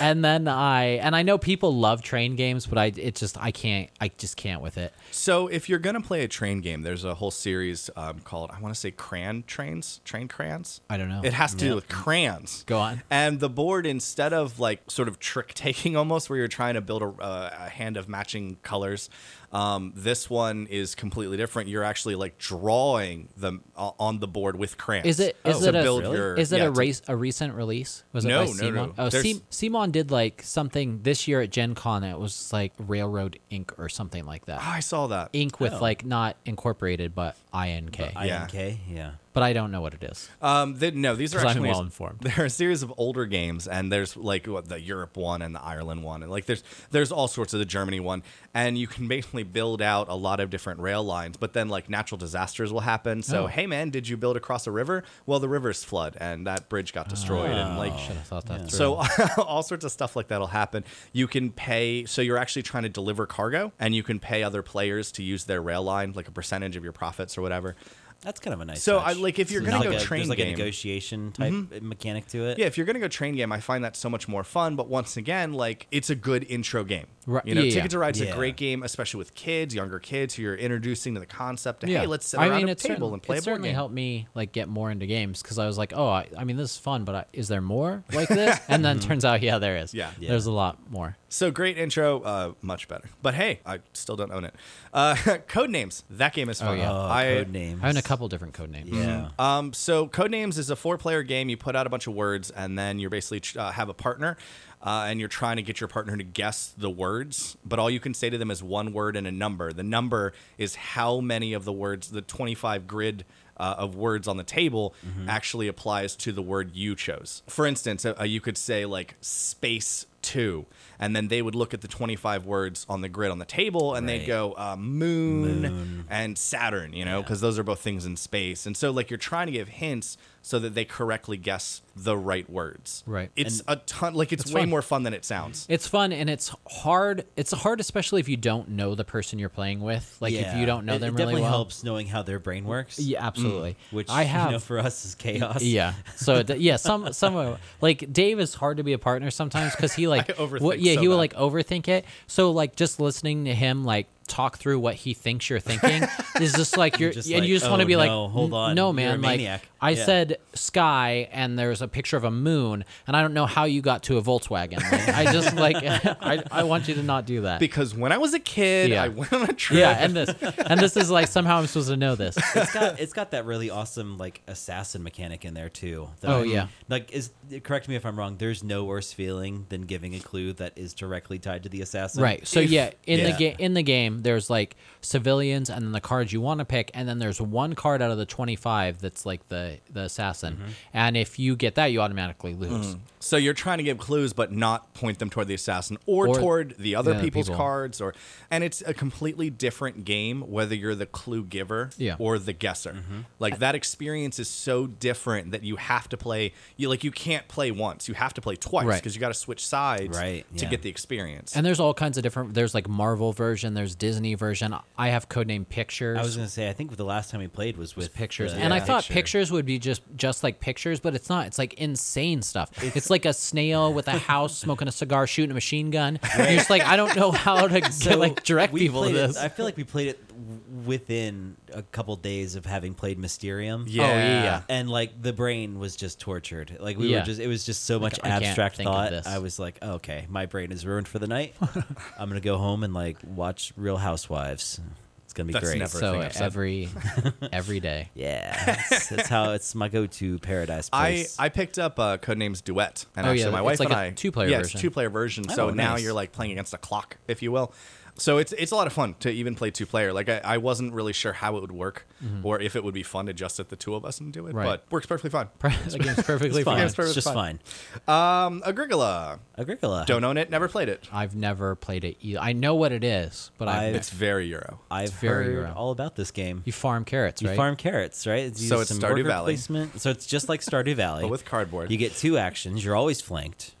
and then I and I know people love train games, but I it just I can't I just can't with it. So if you're gonna play a train game, there's a whole series um, called I want to say Cran Trains, Train Crans. I don't know. It has to do with crayons. Go on. And the board, instead of like sort of trick taking almost, where you're trying to build a, uh, a hand of matching colors, um, this one is completely different. You're actually like drawing them o- on the board with crayons. Is it is Oh. to it a build really? your- is it yeah, a to- race a recent release? Was it No, by no, Simon? no. Oh, There's- Sim- Simon did like something this year at Gen Con. It was like Railroad Inc. or something like Oh, that. I saw that. Ink with like not incorporated, but I N K. Yeah. INK, yeah. But I don't know what it is. Um, th- no, these are 'Cause I'm actually well-informed. They're a series of older games, and there's like what, the Europe one and the Ireland one, and like there's there's all sorts of the Germany one, and you can basically build out a lot of different rail lines. But then like natural disasters will happen. So Oh. hey man, did you build across a river? Well, the river's flood, and that bridge got destroyed, and like. Should have Oh. thought that through. So uh, all sorts of stuff like that'll happen. You can pay so you're actually trying to deliver cargo and you can pay other players to use their rail line like a percentage of your profits or whatever. That's kind of a nice. So, I- touch. like, if you're There's gonna like go a, train there's like a game- Mm-hmm. negotiation type mechanic to it. Yeah, if you're gonna go train game, I find that so much more fun. But once again, like it's a good intro game. Right, You know, yeah, Ticket to Ride's yeah. a great game, especially with kids, younger kids who you're introducing to the concept. Of, Hey, let's sit I around mean, a it table certain- and play it a board certainly game. helped me like get more into games because I was like, oh, I, I mean, this is fun, but I, is there more like this? and then turns out, yeah, there is. Mm-hmm. Yeah. Yeah. there's a lot more. So great intro, uh, much better. But hey, I still don't own it. Uh, Codenames, that game is fun. Uh, yeah. Oh, I, code names. I own a couple different code names. Yeah. Um, so Codenames is a four-player game. You put out a bunch of words, and then you're basically uh, have a partner, uh, and you're trying to get your partner to guess the words. But all you can say to them is one word and a number. The number is how many of the words, the 25 grid uh, of words on the table, actually applies to the word you chose. For instance, uh, you could say like space two, and then they would look at the 25 words on the grid on the table, and they'd Right. go uh, moon, and Saturn, you know, because those are both things in space. And so, like, you're trying to give hints so that they correctly guess the right words. Right. It's a ton. Like, it's It's way fun. more fun than it sounds. It's fun and it's hard. It's hard, especially if you don't know the person you're playing with. Like if you don't know it, them it really definitely well. helps knowing how their brain works. Yeah, absolutely. which I have you know, for us is chaos. Yeah. So it- yeah, some some of- like Dave is hard to be a partner sometimes because he like I overthink what- yeah so he will bad. like overthink it. So like just listening to him like talk through what he thinks you're thinking is just like you're just and like, you just want "Oh, to be like no, hold "N- on, no you're man a like maniac." I Yeah. said sky and there's a picture of a moon and I don't know how you got to a Volkswagen. Like, I just like I I want you to not do that. Because when I was a kid, Yeah. I went on a trip. yeah, and this and this is like somehow I'm supposed to know this. it's got it's got that really awesome like assassin mechanic in there too. that Oh, I- yeah. like is correct me if I'm wrong. There's no worse feeling than giving a clue that is directly tied to the assassin. Right. So if- yeah, in the yeah. game, in the game, there's like civilians, and then the cards you want to pick, and then there's one card out of the twenty-five that's like the the assassin, Mm-hmm. and if you get that, you automatically Mm. lose. So you're trying to give clues, but not point them toward the assassin or, Or toward the other the other people's people. cards. Or and it's a completely different game whether you're the clue giver Yeah. or the guesser. Mm-hmm. Like that experience is so different that you have to play. You like you can't play once. You have to play twice because Right. you got to switch sides Right, to yeah. get the experience. And there's all kinds of different. There's like Marvel version. There's Disney version. I have codename Pictures. I was gonna say I think the last time we played was with pictures the- uh, and i thought Picture. pictures would be just just like pictures but it's not it's like insane stuff it's, like a snail with a house smoking a cigar shooting a machine gun And you're just like i don't know how to get, So like direct we people to played it- this I feel like we played it w- within a couple days of having played Mysterium. Yeah. Oh, yeah. And like the brain was just tortured. Like we Yeah. were just it was just so much I can't abstract think of thought. this. I was like, oh, okay, my brain is ruined for the night. I'm gonna go home and like watch Real Housewives. It's gonna be That's great. never- so thing I've said. every every day Yeah. That's, that's how it's my go to paradise I, place. I picked up uh, Codenames Duet, and Oh, actually yeah, my it's wife like and a I two-player yeah, version. it's two player version. so Oh, now nice. you're like playing against a clock, if you will. So it's it's a lot of fun to even play two player. Like I, I wasn't really sure how it would work or if it would be fun to just sit the two of us and do it, Mm-hmm. Right. but works perfectly fine. the game's perfectly it's fine. fine. It's perfect- It's just fine. fine. Um, Agricola, Agricola. don't own it, never played it. I've never played it either. I know what it is, but I've, I've- It's very Euro. I've very heard wrong. all about this game. you farm carrots, You right? farm carrots, right? It's So either it's some Stardew worker Valley. placement- So it's just like Stardew Valley, But with cardboard. You get two actions. You're always flanked,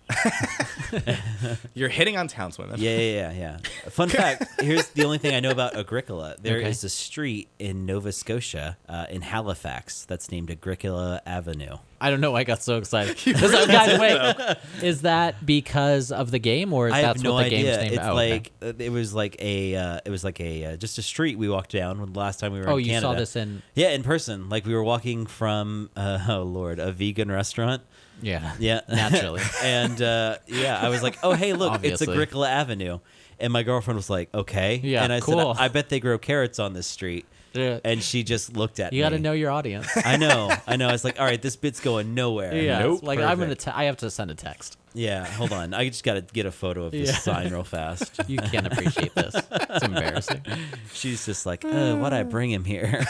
You're hitting on townswomen. Yeah, yeah, yeah, yeah. Fun fact: Here's the only thing I know about Agricola. There is Okay. a street in Nova Scotia, uh, in Halifax, that's named Agricola Avenue. I don't know why I got so excited. Is that- guys, wait. Is that because of the game, or is I that's have no what the idea. game's named? It's oh, okay. like uh, it was like a uh, it was like a uh, just a street we walked down when the last time we were. Oh, in you Canada. saw this in- yeah in person. Like we were walking from uh, oh lord a vegan restaurant. yeah, Yeah, naturally. and uh, yeah, I was like, oh hey look, Obviously. it's Agricola Avenue, and my girlfriend was like, okay, Yeah, and I cool. said, I bet they grow carrots on this street, Yeah. and she just looked at You me. got to know your audience. I know, I know. I was like, all right, this bit's going nowhere. Yeah, it's Nope. like I'm gonna. Perfect. Te- I have to send a text. Yeah, hold on. I just got to get a photo of this Yeah. sign real fast. You can't appreciate this. It's embarrassing. She's just like, uh, why'd I bring him here?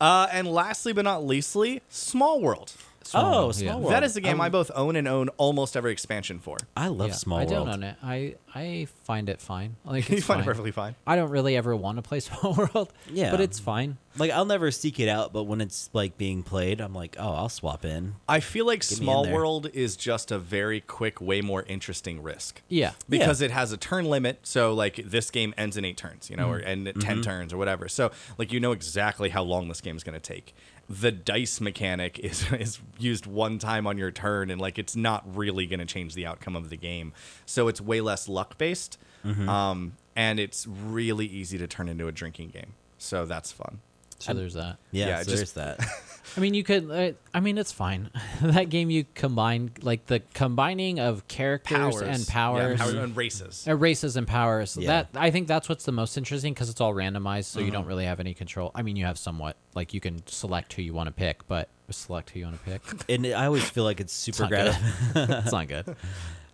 Uh, and lastly but not leastly, Small World. oh, World, Small yeah. World. Um, that is a game I both own and own almost every expansion for. I love Yeah, Small I World. don't own it. I I find it fine. I think You it's find fine. it perfectly fine. I don't really ever want to play Small World. Yeah. but it's fine. Like I'll never seek it out, but when it's like being played, I'm like, oh, I'll swap in. I feel like me in Small there. World is just a very quick, way more interesting risk. Yeah. Because it has a turn limit, so like this game ends in eight turns, you know, or Mm-hmm. end at 10 turns or whatever. So like you know exactly how long this game is going to take. The dice mechanic is is used one time on your turn, and like it's not really going to change the outcome of the game. So it's way less luck based, Mm-hmm. um, and it's really easy to turn into a drinking game. So that's fun. So there's that. Yeah, Yeah, so just- there's that. I mean, you could. Uh, I mean, it's fine. that game you combine like the combining of characters Powers and powers. yeah, power- and races. uh, races and powers Yeah. that i think that's what's the most interesting because it's all randomized so you don't really have any control i mean you have somewhat like you can select who you want to pick but select who you want to pick and I always feel like it's super it's not gratifying. good it's not good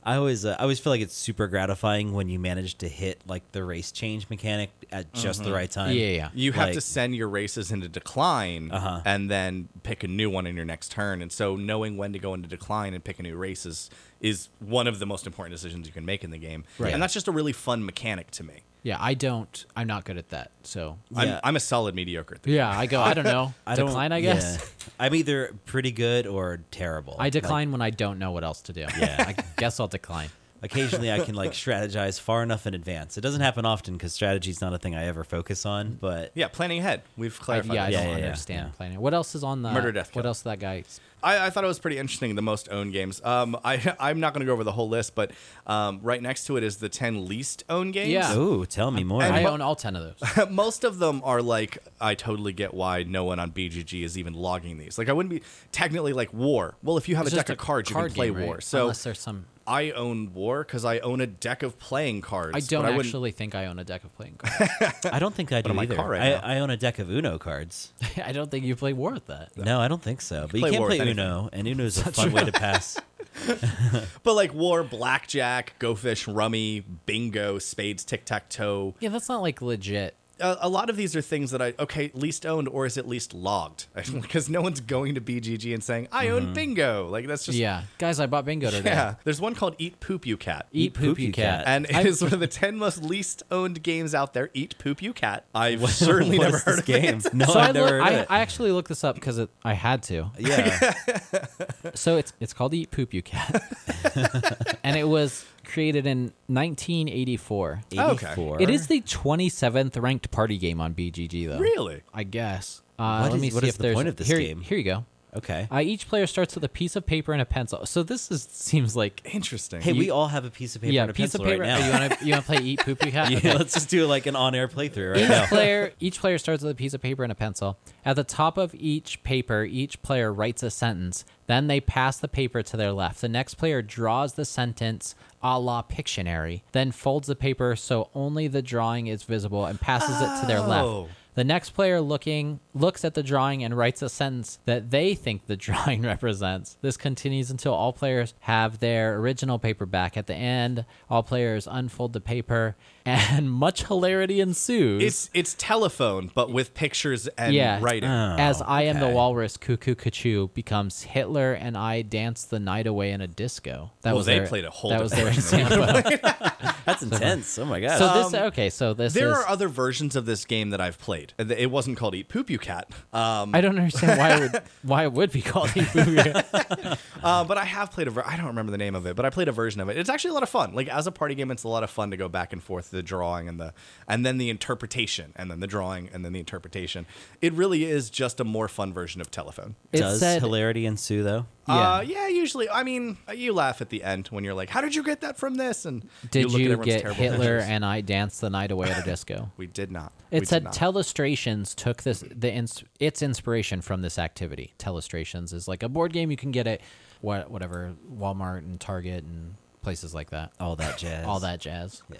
I always, uh, I always feel like it's super gratifying when you manage to hit like the race change mechanic at just the right time. Mm-hmm. Yeah, yeah. You have to Like- send your races into decline and then pick a new one in your next turn. And so knowing when to go into decline and pick a new race is, is one of the most important decisions you can make in the game. Right. And that's just a really fun mechanic to me. yeah i don't i'm not good at that so I'm, Yeah. I'm a solid mediocre at the yeah i go i don't know I don't- decline i guess yeah. I'm either pretty good or terrible. i decline when i don't know what else to do yeah i guess i'll decline Like, occasionally, I can like strategize far enough in advance. It doesn't happen often because strategy is not a thing I ever focus on. But Yeah, planning ahead. We've I, clarified. yeah i this. don't yeah, yeah, understand yeah. planning what else is on the Murder, death, what kill. else that guy I, I thought it was pretty interesting. The most owned games. Um, I I'm not going to go over the whole list, but um, right next to it is the ten least owned games. Yeah. ooh, tell me more. i mo- own all 10 of those most of them are like i totally get why no one on bgg is even logging these like i wouldn't be technically like war well if you have It's a just deck of cards you card can play game, right? war so unless there's some i own war because i own a deck of playing cards I don't but wouldn't- actually think I own a deck of playing cards. I don't think I do am I either. car right I, now? I own a deck of Uno cards. I don't think you play War with that. No, I don't think so. But you play can't war play with Uno, and Uno is a fun way to pass. but like war blackjack go fish rummy bingo spades tic-tac-toe Yeah, that's not like legit. a, a lot of these are things that i okay least owned or is at least logged because no one's going to bgg and saying i own bingo like that's just Mm-hmm. Yeah, guys, I bought bingo today. yeah there's one called eat poop you cat Eat, poop, you cat. and it is I- one of the 10 most least owned games out there eat poop you cat i've certainly What never is heard this of game. it No, so I, I've never look- heard of I, it. I actually looked this up because I had to. yeah. So it's it's called Eat Poop You Cat, and it was created in 1984. Okay. 84. Oh, It is the 27th ranked party game on BGG though. really I guess. Uh, What let is- me what see is if the there's point of this here, game? Here you go. Okay. Uh, each player starts with a piece of paper and a pencil. So this is seems like interesting Hey, we all have a piece of paper yeah, and a piece of pencil paper. right oh, now. you want to you want to play Eat Poop You Cat? Yeah, Okay. let's just do like an on-air playthrough right now. Each player, each player starts with a piece of paper and a pencil. At the top of each paper, each player writes a sentence. Then they pass the paper to their left. The next player draws the sentence a la Pictionary, then folds the paper so only the drawing is visible and passes it to their Oh. left. The next player looking looks at the drawing and writes a sentence that they think the drawing represents. This continues until all players have their original paper back. At the end, all players unfold the paper and much hilarity ensues. it's it's telephone but with pictures and yeah, Uh, writing as I am the Oh, okay. walrus, cuckoo cuckoo becomes Hitler, and I dance the night away in a disco. That Well, was they their, played a whole That was their different Um, example. That's intense. Oh my god. so this okay. So this there is are other versions of this game that I've played. played. And It wasn't called Eat Poop You Cat, um, I don't understand why it would why it would be called a movie. uh, but I have played a. Ver- I don't remember the name of it, but I played a version of it. It's actually a lot of fun. Like as a party game, it's a lot of fun to go back and forth the drawing and the and then the interpretation and then the drawing and then the interpretation. It really is just a more fun version of telephone. It Does said- hilarity ensue though? Yeah. Uh, yeah, usually. I mean, you laugh at the end when you're like, "How did you get that from this?" And Did look at you, everyone's get terrible Hitler pictures. and I dance the night away at a disco? we did not. It we did said not. Telestrations took this the ins, its inspiration from this activity. Telestrations is like a board game you can get at what whatever Walmart and Target and places like that. Oh, All that jazz. All that jazz. Yeah.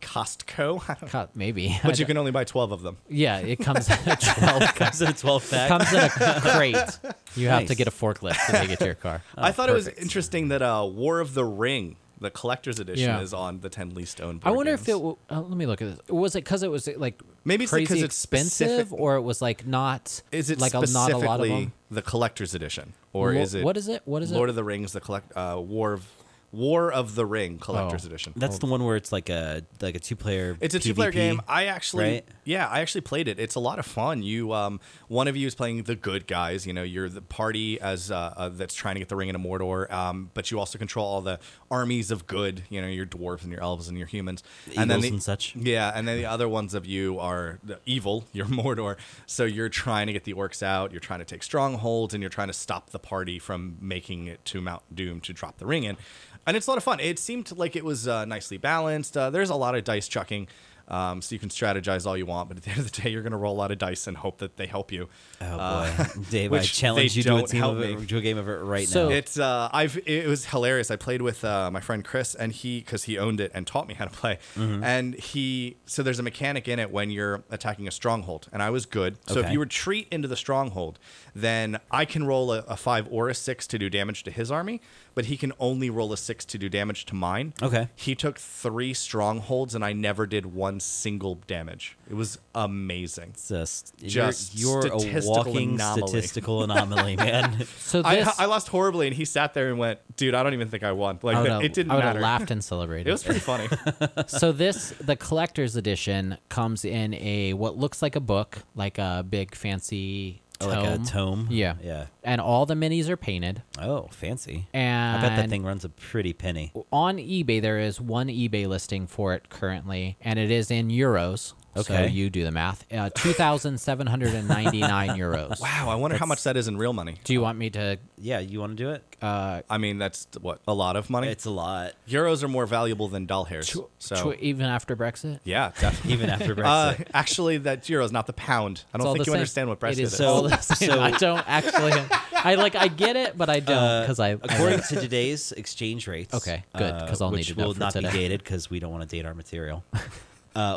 Costco, Co- Maybe. I but you don't- can only buy twelve of them. yeah, it comes in a 12 Comes in a 12 pack. comes in a crate. You have to Nice. get a forklift to take it to your car. I thought it was interesting that uh, War of the Ring, the collector's edition, Yeah. is on the ten least owned. I board wonder if games. it. w- Uh, let me look at this. Was it because it was like Maybe it's crazy because it's expensive, specific- or it was like not Is it like a, specifically not a lot of them? the collector's edition, or Lo- is it what is it? What is it? Lord of the Rings, the collect uh, War of War of the Ring collector's Oh. edition. That's the one where it's like a like a two player. It's a two-player game. I actually, right? yeah, I actually played it. It's a lot of fun. You, um, one of you is playing the good guys. You know, you're the party as uh, uh, that's trying to get the ring into Mordor, um, but you also control all the armies of good. You know, your dwarves and your elves and your humans, and then Eagles the, and such. Yeah, and then the other ones of you are the evil. You're Mordor, so you're trying to get the orcs out. You're trying to take strongholds, and you're trying to stop the party from making it to Mount Doom to drop the ring in. And it's a lot of fun. It seemed like it was uh, nicely balanced. Uh, there's a lot of dice chucking, um, so you can strategize all you want. But at the end of the day, you're going to roll a lot of dice and hope that they help you. Oh boy, Dave! I Uh, which challenge they you to a don't team help of me. it, to a game of it right So- now. It's uh, I've it was hilarious. I played with uh, my friend Chris, and he because he owned it and taught me how to play. Mm-hmm. And he so there's a mechanic in it when you're attacking a stronghold, and I was good. So if Okay. you retreat into the stronghold, then I can roll a, a five or a six to do damage to his army, but he can only roll a six to do damage to mine. Okay. He took three strongholds, and I never did one single damage. It was amazing. It's just you're- just you're, a statistical walking anomaly. statistical anomaly, man. so this, I, I lost horribly, and he sat there and went, "Dude, I don't even think I won." Like I would that- have- it didn't Oh, I would matter. have laughed and It celebrated. was pretty funny. so this the collector's edition comes in a what looks like a book, like a big fancy Oh, tome. like a tome. Yeah. yeah. And all the minis are painted. Oh, fancy! And I bet that thing runs a pretty penny. on eBay there is one eBay listing for it currently, and it is in euros. So Okay. you do the math. Uh, Two thousand seven hundred and ninety-nine euros. Wow, I wonder how much that is in real money. Do you want me to? Yeah, you want to do it? I mean, that's what a lot of money. it's a lot, Euros are more valuable than doll hairs. so tw- even after Brexit. yeah, definitely. even after uh, Brexit. actually, that euros, not the pound. I It's all don't think the you same. understand what Brexit it is. is. all So- the same. so- Uh, I don't actually. I like. I get it, but I don't because I. According to today's exchange rates, uh, Okay, good, 'cause I'll need which to know will for not today. be dated because we don't want to date our material. Uh,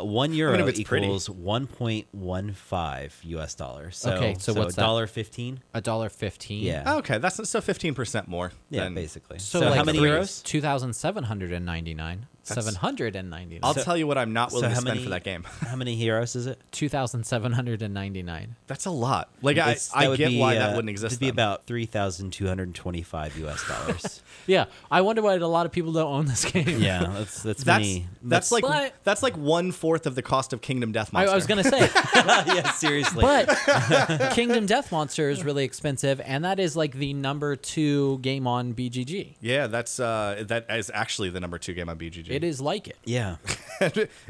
one euro if it's pretty. equals one point one five U.S. dollars. So, Okay, so what's that? dollar fifteen? a dollar fifteen. Yeah. okay, that's so fifteen percent more. Yeah, than- basically. So, So, like how many three- euros? 2,799. 799. I'll tell you what I'm not so willing how to spend many for that game. how many heroes is it? 2,799. That's a lot. Like It's- I, I would get be, why uh, that wouldn't exist. It'd be then. about three thousand two hundred twenty-five U.S. dollars. Yeah. I wonder why a lot of people don't own this game. yeah, that's that's, that's many. that's like But- that's like one fourth of the cost of Kingdom Death I, Monster. I was going to say, yeah, seriously. but Kingdom Death Monster is really expensive, and that is like the number two game on BGG. Yeah, that's uh, that is actually the number two game on BGG. It is like it. yeah,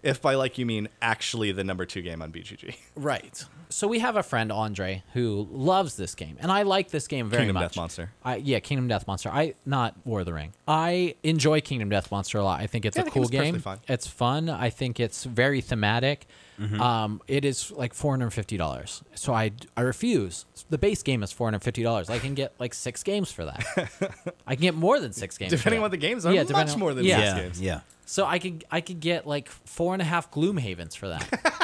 if by like you mean actually the number two game on BGG. Right. So we have a friend Andre who loves this game, and I like this game very Kingdom much. Death Monster. I, yeah, Kingdom Death Monster. I not War of the Ring. I enjoy Kingdom Death Monster a lot. I think it's Yeah, a the cool game's perfectly game. fine. It's fun. I think it's very thematic. Mm-hmm. Um, it is like four hundred fifty dollars. So I I refuse. The base game is four hundred fifty dollars. I can get like six games for that. I can get more than six games. for Depending that. on what the games are, depending much on- more than yeah. these yeah, games. yeah. So I could I could get like four and a half Gloomhavens for that.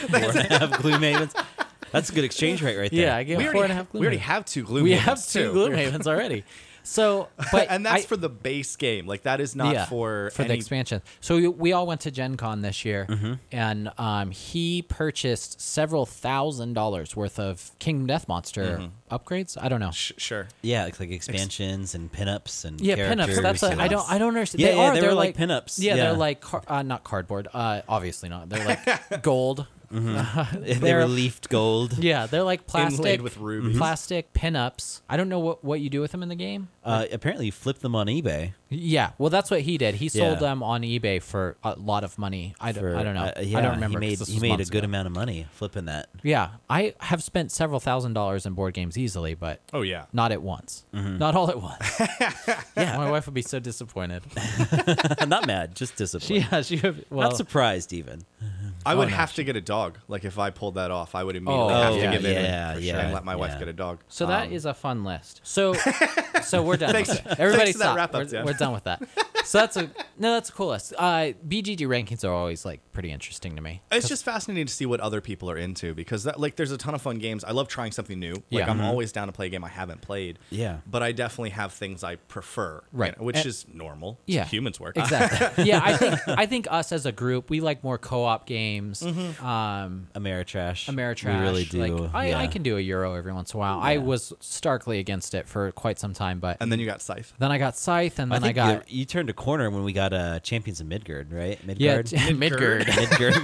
Four and a half Gloomhavens. That's a good exchange rate right there. yeah, I get We four and already, a ha- half. we already Gloomhavens. have two Gloomhavens. we have two too. Gloomhavens already. So, but and that's I- for the base game. Like that is not for for the any- Mm-hmm. expansion. So we, we all went to Gen Con this year, and um, he purchased several thousand dollars worth of Kingdom Death Monster upgrades. I don't know. Mm-hmm. Sh- sure. Yeah, it's like expansions and pinups and Yeah, characters pinups. That's a, and- I don't. I don't understand. Yeah, they yeah, are. they are were like pinups. Yeah, Yeah. they're like car- uh, not cardboard. Uh, obviously not. They're like gold they They're- were leafed gold. Yeah, they're like plastic Mm-hmm. Inlaid with Mm-hmm. mm-hmm. rubies. plastic pinups. I don't know what, what you do with them in the game. Uh, apparently, you flip them on eBay. Yeah, well, that's what he did. He sold Yeah. them on eBay for a lot of money. I don't, for- I don't know. uh, yeah, I don't remember. 'cause He made, this he was made a months good ago. amount of money flipping that. Yeah, I have spent several thousand dollars in board games easily, but Oh, yeah. not at once, not all at once. Yeah, My wife would be so disappointed. I'm not mad, just She, disappointed. yeah, she would. Well, not surprised even. I would Oh, no, have to get a dog. Like if I pulled that off, I would immediately Oh, have yeah, to give in yeah, for yeah, sure and let my wife yeah. get a dog. So that is Um, a fun list. So, so we're done. with it. Everybody thanks for that stop. wrap-up, we're, Dan. we're done with that. So that's a no. That's a cool list. Uh, BGG rankings are always like pretty interesting to me. It's just fascinating to see what other people are into because that like there's a ton of fun games. I love trying something new. Like Yeah. I'm Mhm. always down to play a game I haven't played. Yeah. But I definitely have things I prefer. you Right. know, which And- is normal. It's Yeah, Humans work. exactly. yeah, I think I think us as a group we like more co-op games. Mm-hmm. Um, Ameritrash. Ameritrash. We really do. Like, I, I yeah. can do a euro every once in a while. I was starkly against it for quite some time, but and then you got Scythe. then I got Scythe, and I then I, think got you, you turned a corner when we got uh, Champions of Midgard, right? yeah Midgard. Midgard. Midgard.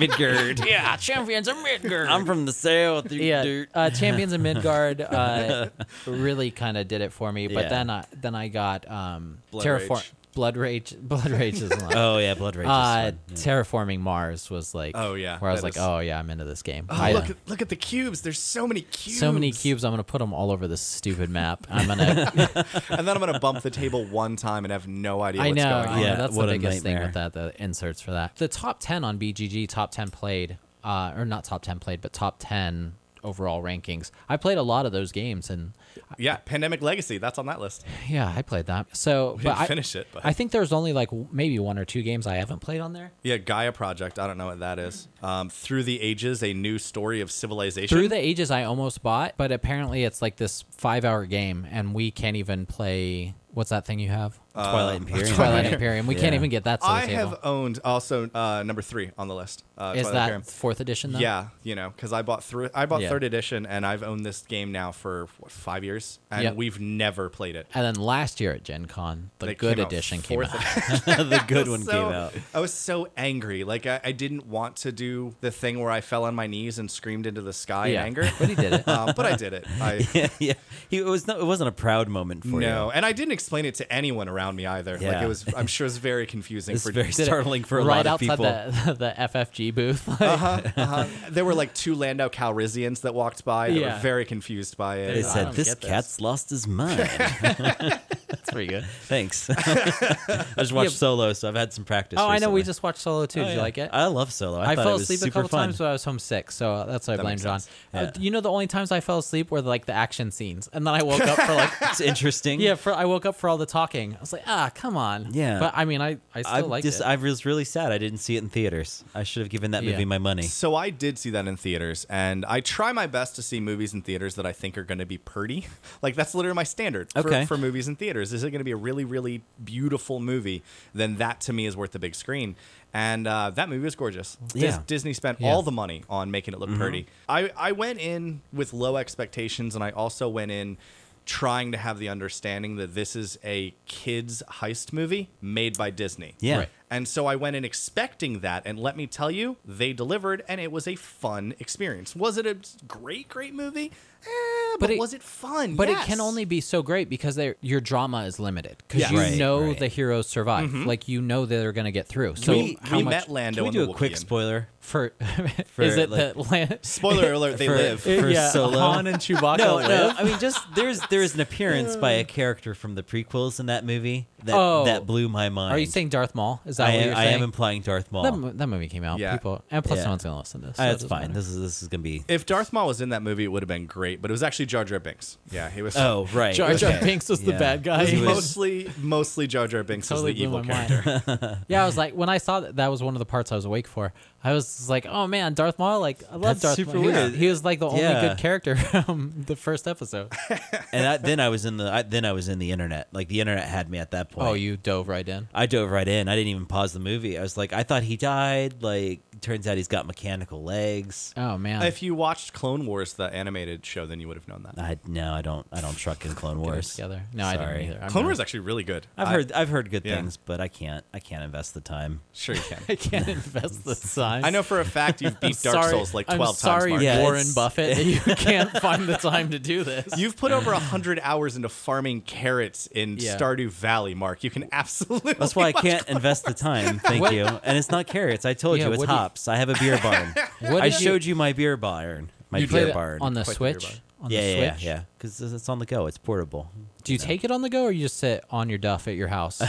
Midgard. yeah, champions of Midgard. I'm from the south. You yeah, dirt. uh, Champions of Midgard uh, really kind of did it for me. But Yeah. then I then I got um, Blood Terraform Rage. Blood Rage. Blood Rage is not. oh yeah, Blood Rage. is uh, fun. Terraforming Mars was like. Oh, yeah, Where I was that like, is- oh yeah, I'm into this game. Oh, I- look at look at the cubes. There's so many cubes. so many cubes. I'm gonna put them all over this stupid map. I'm gonna. and then I'm gonna bump the table one time and have no idea I what's know. going I on. know, Yeah, that's what the a biggest thing with nightmare. that. The inserts for that. The top ten on BGG, top ten played, uh, or not top ten played, but top ten overall rankings. I played a lot of those games, and Yeah, Pandemic Legacy, that's on that list. Yeah, I played that. So we didn't I, finish it, but- I think there's only like w- maybe one or two games I haven't played on there. Yeah, Gaia Project, I don't know what that is. Um, Through the Ages, a new story of civilization. Through the Ages, I almost bought, but apparently it's like this five-hour game, and we can't even play. What's that thing you have? Twilight Imperium. Twilight right? Imperium. We can't Yeah. even get that to the Uh, I table. have owned also uh, number three on the list. Uh, Is Twilight that Imperium. fourth edition? Though? Yeah, you know, because I bought through I bought Yeah. third edition, and I've owned this game now for what, five years, and Yep. we've never played it. And then last year at Gen Con, the They good came out edition came fourth out. edition. the good one So- came out. I was so angry. Like I, I didn't want to do the thing where I fell on my knees and screamed into the sky yeah, in anger, but he did it. um, but I did it. I, yeah, yeah. He, it was no, it wasn't a proud moment for you. No, and I didn't explain it to anyone around me either. Like Yeah. it was, I'm sure it was very confusing It's for very Did it startling for a right lot of people. outside the, the FFG booth. Like, Uh-huh, uh-huh. There were like two Landau Calrissians that walked by that Yeah. were very confused by it. They I said don't this get this." cat's lost his mind. That's pretty good. Thanks. I just watched Yeah. Solo, so I've had some practice. Oh, I know. We recently. just watched Solo too. Oh, Did you yeah. like it? I love Solo. I, I thought fell it was asleep a super couple fun. times, but I was home sick, so that's why I blamed makes John. sense. Uh, Yeah. you know, the only times I fell asleep were like the action scenes, and then I woke up for like It's interesting. yeah, for I woke up for all the talking. I was like, ah, come on. Yeah. but I mean, I I I still like just it. I was really sad I didn't see it in theaters. I should have given that Yeah. movie my money. So I did see that in theaters, and I try my best to see movies in theaters that I think are going to be pretty. Like that's literally my standard for, Okay. for movies in theaters. Is it going to be a really, really beautiful movie? Then that to me is worth the big screen. And uh, that movie was gorgeous. Dis- Yeah. Mm-hmm. Disney spent Yeah. all the money on making it look pretty. I, I went in with low expectations, and I also went in trying to have the understanding that this is a kids heist movie made by Disney. Yeah. Right. And so I went in expecting that, and let me tell you, they delivered, and it was a fun experience. Was it a great, great movie? Eh, but But it- was it fun? but Yes. it can only be so great because they your drama is limited because Yeah. you Right, know right. the heroes survive, like you know they're gonna get through. So we, how we much met Lando Can we and do the a quick Wookiee. spoiler? for, for, is it like- that Lan- Spoiler alert: They For- live. for yeah, Solo? Han and Chewbacca No, live? no. I mean, just there's there is an appearance by a character from the prequels in that movie that Oh. that blew my mind. Are you saying Darth Maul? Is that I what am, you're I saying? am implying Darth Maul? that, mo- that movie came out. Yeah. People, and plus, Yeah. no one's gonna listen to this. so Ah, it that's doesn't fine. matter. This is this is gonna be. If Darth Maul was in that movie, it would have been great. But it was actually Jar Jar Binks. Yeah, he was. Oh right, Jar Jar okay. Binks was the Yeah. bad guy. He He was- mostly, mostly Jar Jar Binks totally is the evil blew my character. mind. yeah, I was like, when I saw that, that was one of the parts I was awake for. I was like, oh man, Darth Maul. Like, I love That's Darth super Maul. He was- weird. He was like the only Yeah. good character from the first episode. Oh, and I, then I was in the I, then I was in the internet. Like the internet had me at that point. oh, you dove right in. I dove right in. I didn't even pause the movie. I was like, I thought he died. Like, turns out he's got mechanical legs. Oh man. If you watched Clone Wars, the animated show, then you would have known that. I no, I don't. I don't truck in Clone Get it Wars. together. No, I Sorry. didn't either. I'm Clone not- Wars is actually really good. I've I- heard I've heard good Yeah. things, but I can't I can't invest the time. Sure, you can. I can't invest the time. I know for a fact you've beat Dark Sorry- Souls like I'm 12 sorry, times. Mark. Yeah, Warren it's- Buffett, that you can't find the time to do this. You've put over 100 hours into farming carrots in Yeah. Stardew Valley, Mark. You can absolutely. That's why I can't invest the time. Thank What- you. And it's not carrots. I told Yeah, you it's what do you- hops. I have a beer barn. What I did showed you, my beer barn. My you play beer that barn. on the Quite the beer Switch. barn. On yeah, the yeah, Switch? yeah. Because it's on the go. It's portable. Do you take it on the go, or you just sit on your duff at your house?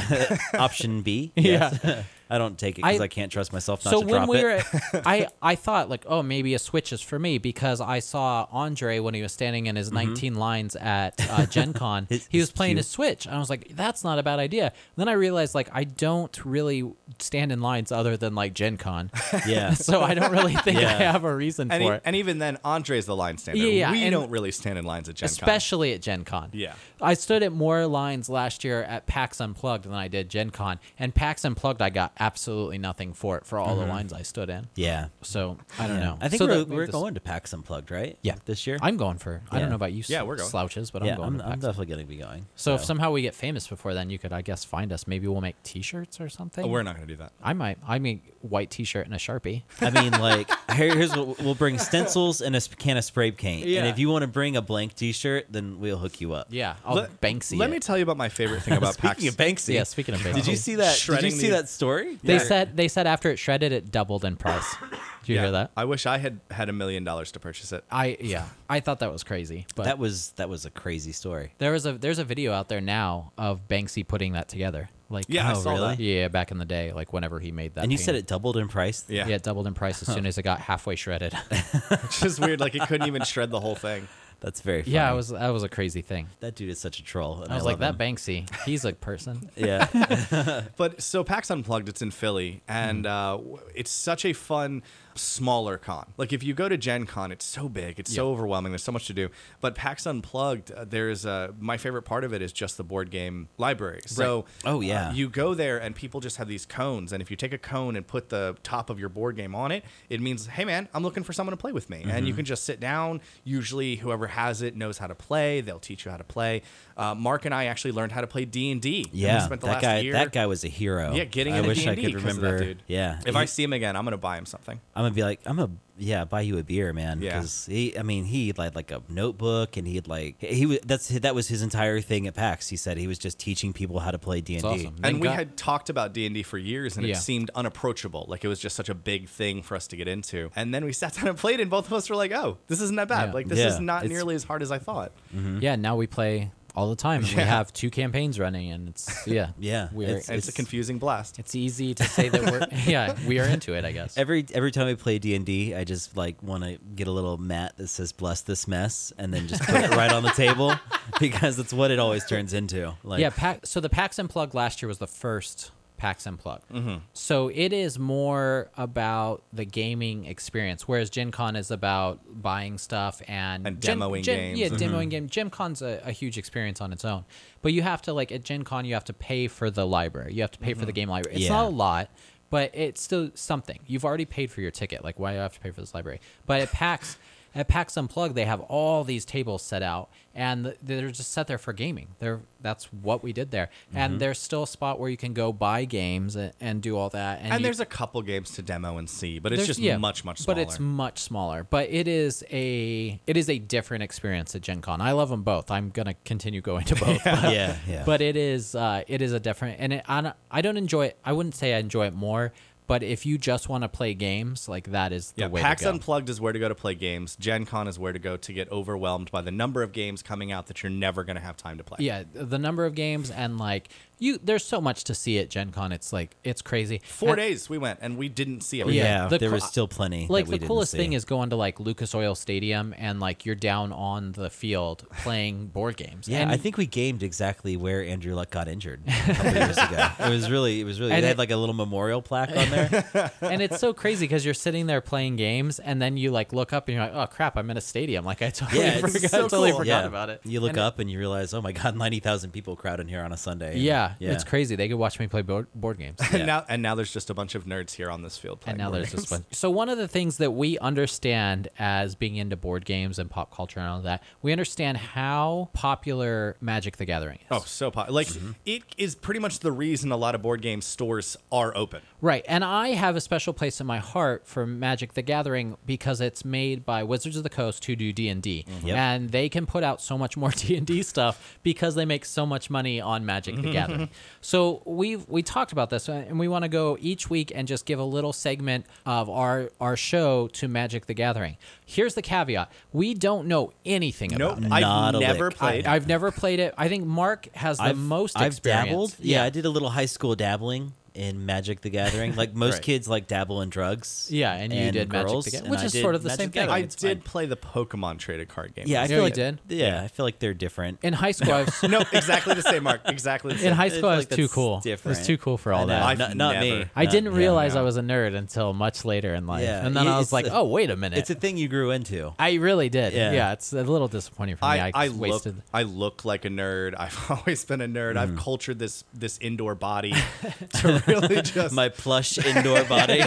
Option B. I don't take it I- because I, can't trust myself not so to when drop we it. were, at- I I thought like, oh, maybe a Switch is for me because I saw Andre when he was standing in his 19 lines at uh, Gen Con, His- he was his playing Mm-hmm. cute. his Switch, and I was like, that's not a bad idea. then I realized like I don't really stand in lines other than like Gen Con, yeah. so I don't really think I Yeah. have a reason And, for e- it. and even then, Andre's the line stander. Yeah, yeah, we and- don't really stand in lines at Gen especially at Gen Con. Yeah. I stood at more lines last year at PAX Unplugged than I did Gen Con. And PAX Unplugged, I got absolutely nothing for it for all the lines I stood in. Yeah. So I don't Mm-hmm. Yeah. know. I think So we're, that- we're this- going to PAX Unplugged, right? Yeah. This year? I'm going for. I Yeah. don't know about you. Yeah, s- we're going. slouches, but yeah, I'm going. I'm, to I'm PAX. definitely going to be going. so if somehow we get famous before then, you could, I guess, find us. Maybe we'll make T-shirts or something. Con. Oh, We're not going to do that. I might. I mean, white T-shirt and a sharpie. I mean, like, here, here's what we'll bring stencils and a sp- can of spray paint. Yeah. And if you want to bring a blank t shirt, then we'll hook you up. Yeah, I'll Let- Banksy. Let it. me tell you about my favorite thing about PAX. Speaking of Banksy. Yeah, speaking of Banksy. Did you see that? Did you Shredding see the- that story? They Yeah. said they said after it shredded, it doubled in price. Did you Yeah. hear that? I wish I had had a million dollars to purchase it. I yeah, I thought that was crazy. But That was that was a crazy story. there was a there's a video out there now of Banksy putting that together. Like Yeah, I saw Oh, really? that. yeah, back in the day, like whenever he made that. And you said painting. it doubled in price. Yeah. Yeah, it doubled in price as soon as it got halfway shredded. Which is weird. Like, it couldn't even shred the whole thing. That's very. Funny. yeah, it was that was a crazy thing. That dude is such a troll. And I was like, that love Banksy, he's a person. him. Yeah. But so PAX Unplugged, it's in Philly, Mm-hmm. and uh, w- it's such a fun, smaller con. Like if you go to Gen Con, it's so big, it's so overwhelming. There's so much to do. But PAX Unplugged, uh, there's uh, my favorite part of it is just the board game library. So Oh, yeah. uh, you go there and people just have these cones, and if you take a cone and put the top of your board game on it, it means hey man, I'm looking for someone to play with me, and you Mm-hmm. can just sit down. Usually, whoever has it knows how to play. They'll teach you how to play. Uh, Mark and I actually learned how to play D and D. Yeah. spent the that last guy. year. That guy was a hero. Oh, Yeah, getting I into wish I D&D could 'cause of that remember. dude. Yeah. If I see him again, I'm gonna buy him something. I'm gonna be like, I'm a yeah, buy you a beer, man. Yeah. Because he, I mean, he had like, like a notebook, and he had like he was that's that was his entire thing at PAX. He said he was just teaching people how to play D and D. awesome. And Thank we God. had talked about D and D for years, and Yeah. it seemed unapproachable. Like it was just such a big thing for us to get into. And then we sat down and played, and both of us were like, "Oh, this isn't that bad. Yeah. Mm. Like this Yeah. is not It's- nearly as hard as I thought." Mm-hmm. Yeah, now we play all the time. and We Yeah. have two campaigns running, and it's yeah, Yeah, We're, it's- it's, And it's, a confusing blast. it's easy to say that we're yeah we are into it. I guess. Every every time I play D and D, I just like want to get a little mat that says "Bless this mess" and then just put it right on the table because it's what it always turns into. Like, yeah, pack, so the PAX Unplugged last year was the first PAX Unplugged. Mm-hmm. So it is more about the gaming experience, whereas Gen Con is about buying stuff and, And Gen- demoing Gen- games. Yeah, Mm-hmm. demoing game. Gen Con's a, a huge experience on its own. But you have to, like, at Gen Con, you have to pay for the library. You have to pay for the game library. It's Mm-hmm. Yeah. not a lot. But it's still something. You've already paid for your ticket. Like, why do I have to pay for this library? But at PAX, at PAX Unplugged, they have all these tables set out, and th- they're just set there for gaming. They're that's what we did there, Mm-hmm. and there's still a spot where you can go buy games and, and do all that. And, And you- there's a couple games to demo and see, but it's there's- just yeah, much much smaller. But it's much smaller. But it is a it is a different experience at Gen Con. I love them both. I'm gonna continue going to both. but- yeah, yeah. But it is uh, it is a different and it, I don't, I don't enjoy it. I wouldn't say I enjoy it more. But if you just want to play games, like that is the yeah, way PAX to go. Unplugged is where to go to play games. Gen Con is where to go to get overwhelmed by the number of games coming out that you're never going to have time to play. Yeah, the number of games and like you, there's so much to see at Gen Con. It's like it's crazy. Four And, days we went, and we didn't see yeah, everything. the there cl- was still plenty. Like that we the coolest didn't see. thing is going to like Lucas Oil Stadium and like you're down on the field playing board games. Yeah, and, I think we gamed exactly where Andrew Luck got injured a couple years ago. It was really, it was really. And they it- had like a little memorial plaque on there. and it's so crazy because you're sitting there playing games and then you like look up and you're like, oh crap, I'm in a stadium. Like I totally Yeah, it's forgot, so totally cool. forgot yeah, about it. You look And it- up and you realize, oh my god, ninety thousand people crowd in here on a Sunday. Yeah, it's crazy. They could watch me play board, board games. And Yeah. now and now there's just a bunch of nerds here on this field. and playing now board there's this games. one. So one of the things that we understand as being into board games and pop culture and all that, we understand how popular Magic the Gathering is. Mm-hmm. Oh, so popular. Like, it is pretty much the reason a lot of board game stores are open. Right. And I have a special place in my heart for Magic the Gathering because it's made by Wizards of the Coast who do D&D. Mm-hmm. Yep. And they can put out so much more D&D stuff because they make so much money on Magic Mm-hmm. the Gathering. So we've we talked about this uh, and we want to go each week and just give a little segment of our our show to Magic the Gathering. Here's the caveat. We don't know anything Nope, about it. I've Not a never lick. played. I, I've never played it. I think Mark has the I've, most I've experience. dabbled. Yeah, I did a little high school dabbling in Magic the Gathering. Like most Right. kids, like dabble in drugs. Yeah, and you did Magic the girls, Gathering, and which I is did sort of the Magic same thing. I Gathering. It's fine. did play the Pokemon traded card game. Yeah, I Yeah, feel you like did. Yeah, I feel like they're different. In high school, I was no, exactly the same, Mark. Exactly the same. in high It's school. I was like too that's cool. different. I was too cool for I all know. that. I've not, not me. never- I Not- didn't yeah. realize yeah. I was a nerd until much later in life, Yeah, and then I it's was like, a- "Oh, wait a minute." It's a thing you grew into. I really did. Yeah. Yeah. it's a little disappointing for me. I, I look wasted. Mm. I look like a nerd. I've always been a nerd. I've cultured this this indoor body to really just My plush indoor body.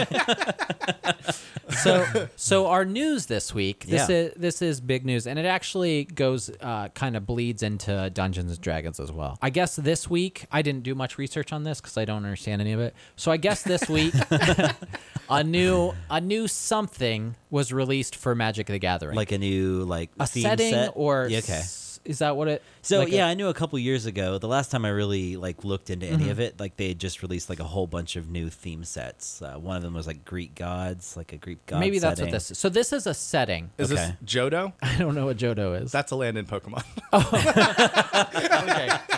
so so our news this week this Yeah. is this is big news and it actually goes uh, kind of bleeds into dungeons and dragons as well i guess this week i didn't do much research on this because i don't understand any of it so i guess this week a new a new something was released for magic the gathering like a new like a theme setting set. or Yeah, okay. s- is that what it So like a- yeah, I knew a couple years ago. The last time I really like looked into any Mm-hmm. of it, like they had just released like a whole bunch of new theme sets. Uh, one of them was like Greek gods, like a Greek god. maybe that's setting. what this is so this is a setting Is Okay. this Jodo? i don't know what jodo is That's a land in Pokemon. okay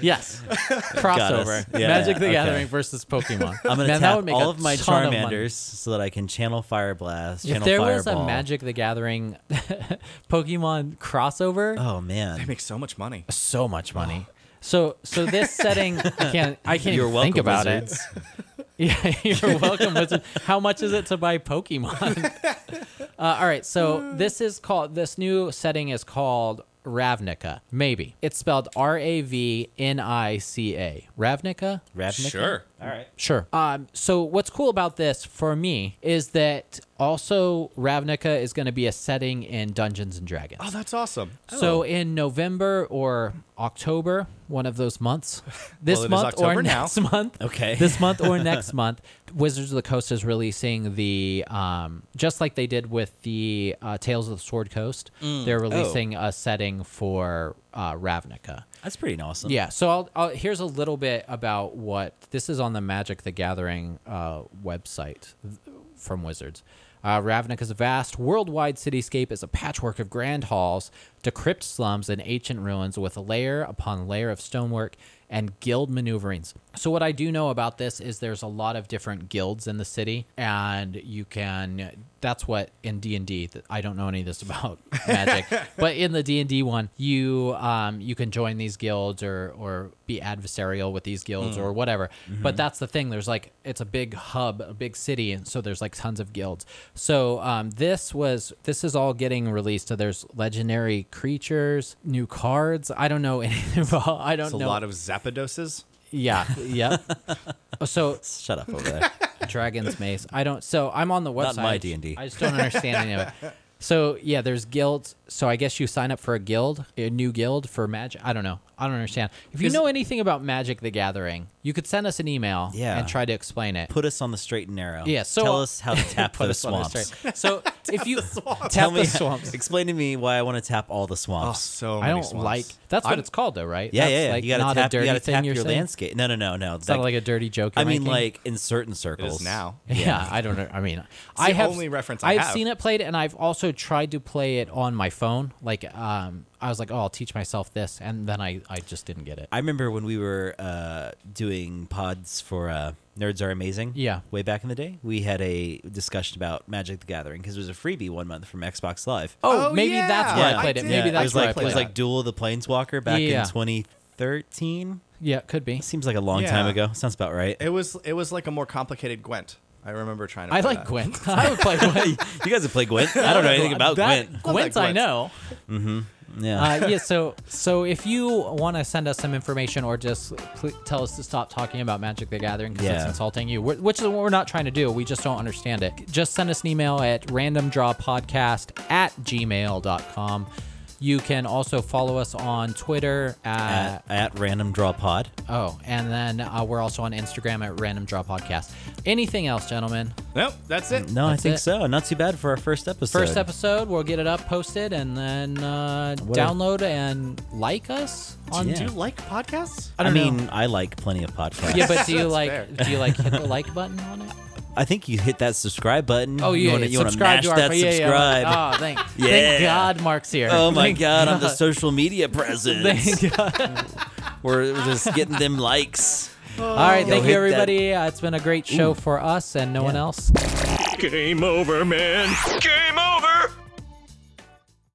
yes Got us. crossover Yeah, magic the okay. gathering versus pokemon I'm gonna Man, that would tap make all a of my ton of money. Charmanders so that I can channel Fire Blast. If Channel there Fireball. was a Magic the Gathering Pokemon crossover, oh they man, make so much money. so much money. So so this setting I can't I can't You're even welcome, think about Wizards. it. Yeah, you're welcome. Wizards. How much is it to buy Pokemon? Uh, all right, so this is called this new setting is called Ravnica. Maybe it's spelled R A V N I C A. Ravnica. Ravnica? Sure. All right. Sure. Um, so what's cool about this for me is that also Ravnica is going to be a setting in Dungeons and Dragons. Oh, that's awesome. So in November or October, one of those months, this it is month or October now. next month, Okay. this month or next month, Wizards of the Coast is releasing the um, just like they did with the uh, Tales of the Sword Coast, Mm. they're Oh. releasing a setting for uh, Ravnica. That's pretty awesome. Yeah, so I'll, I'll, here's a little bit about what this is on the Magic the Gathering uh, website th- from Wizards. Uh, Ravnica's vast worldwide cityscape is a patchwork of grand halls, decrypt slums, and ancient ruins with layer upon layer of stonework and guild maneuverings. So, what I do know about this is there's a lot of different guilds in the city, and you can. That's what in D and D. I don't know any of this about magic, but in the D and D one, you um, you can join these guilds or or be adversarial with these guilds Mm. or whatever. Mm-hmm. But that's the thing. There's like it's a big hub, a big city, and so there's like tons of guilds. So um, this was this is all getting released. So there's legendary creatures, new cards. I don't know anything about. I don't It's a know. lot of Zapdoses. yeah, yeah. so Shut up over there. Dragon's Maze. I don't. So I'm on the website. Not my D&D. I just don't understand any of it. So yeah, there's guilds. So I guess you sign up for a guild, a new guild for magic. I don't know. I don't understand. If you Is- know anything about Magic: The Gathering, you could send us an email Yeah. and try to explain it. Put us on the straight and narrow. Yeah, so- uh, tell us how to tap Put us those on the swamps. straight. So if you tap Tell the me, swamps, explain to me why I want to tap all the Oh, swamps. so I many don't swamps. like. That's what I'm- it's called though, right? yeah, That's yeah, yeah. Like you gotta not tap. a dirty you gotta thing tap you're your saying? landscape. No, no, no, no. It's not like a dirty joke. I you're mean, making? like in certain circles now. Yeah, I don't know. I mean, I the have only reference I I've have. seen it played, and I've also tried to play it on my phone. Like, um, I was like, oh, I'll teach myself this, and then I, I just didn't get it. I remember when we were uh, doing pods for uh, Nerds Are Amazing. Yeah. Way back in the day, we had a discussion about Magic the Gathering because it was a freebee one month from Xbox Live. Oh, Oh, maybe yeah. that's why Yeah, I played it. I Maybe did. it that's was why like I it played was it. like Duel of the Planeswalker back Yeah. in 2013. yeah, it could be. Seems like a long time Yeah. ago. Sounds about right. It was it was like a more complicated Gwent. I remember trying to. I play like that. Gwent. I would play Gwent. you guys have played Gwent. I don't know anything about that, Gwent. Gwent, I Gwent. know. Yeah. Uh, yeah, so so if you want to send us some information or just pl- tell us to stop talking about Magic the Gathering because it's Yeah. insulting you, wh- which is what we're not trying to do. We just don't understand it. Just send us an email at randomdrawpodcast at gmail.com. You can also follow us on Twitter at, at, at Random Draw Pod. oh, and then uh, we're also on Instagram at Random Draw Podcast. Anything else, gentlemen? Nope, that's it. No, I That's think it. so. Not too bad for our first episode. First episode, we'll get it up, posted, and then uh, What a- download and like us on. Yeah. Do you like podcasts? I, don't mean, I like plenty of podcasts. Yeah, but do you That's like fair. do you like hit the like button on it? I think you hit that subscribe button. Oh, you yeah, wanna- yeah, you wanna subscribe mash to our that yeah, subscribe. Yeah, oh, thank, Yeah. thank God, Mark's here. Oh my Thank god, I'm the social media presence. Thank God. We're we're just getting them likes. All right, Yo, thank hit you that- everybody. Uh, it's been a great show for us and no one Yeah. else. Game over, man. Game over.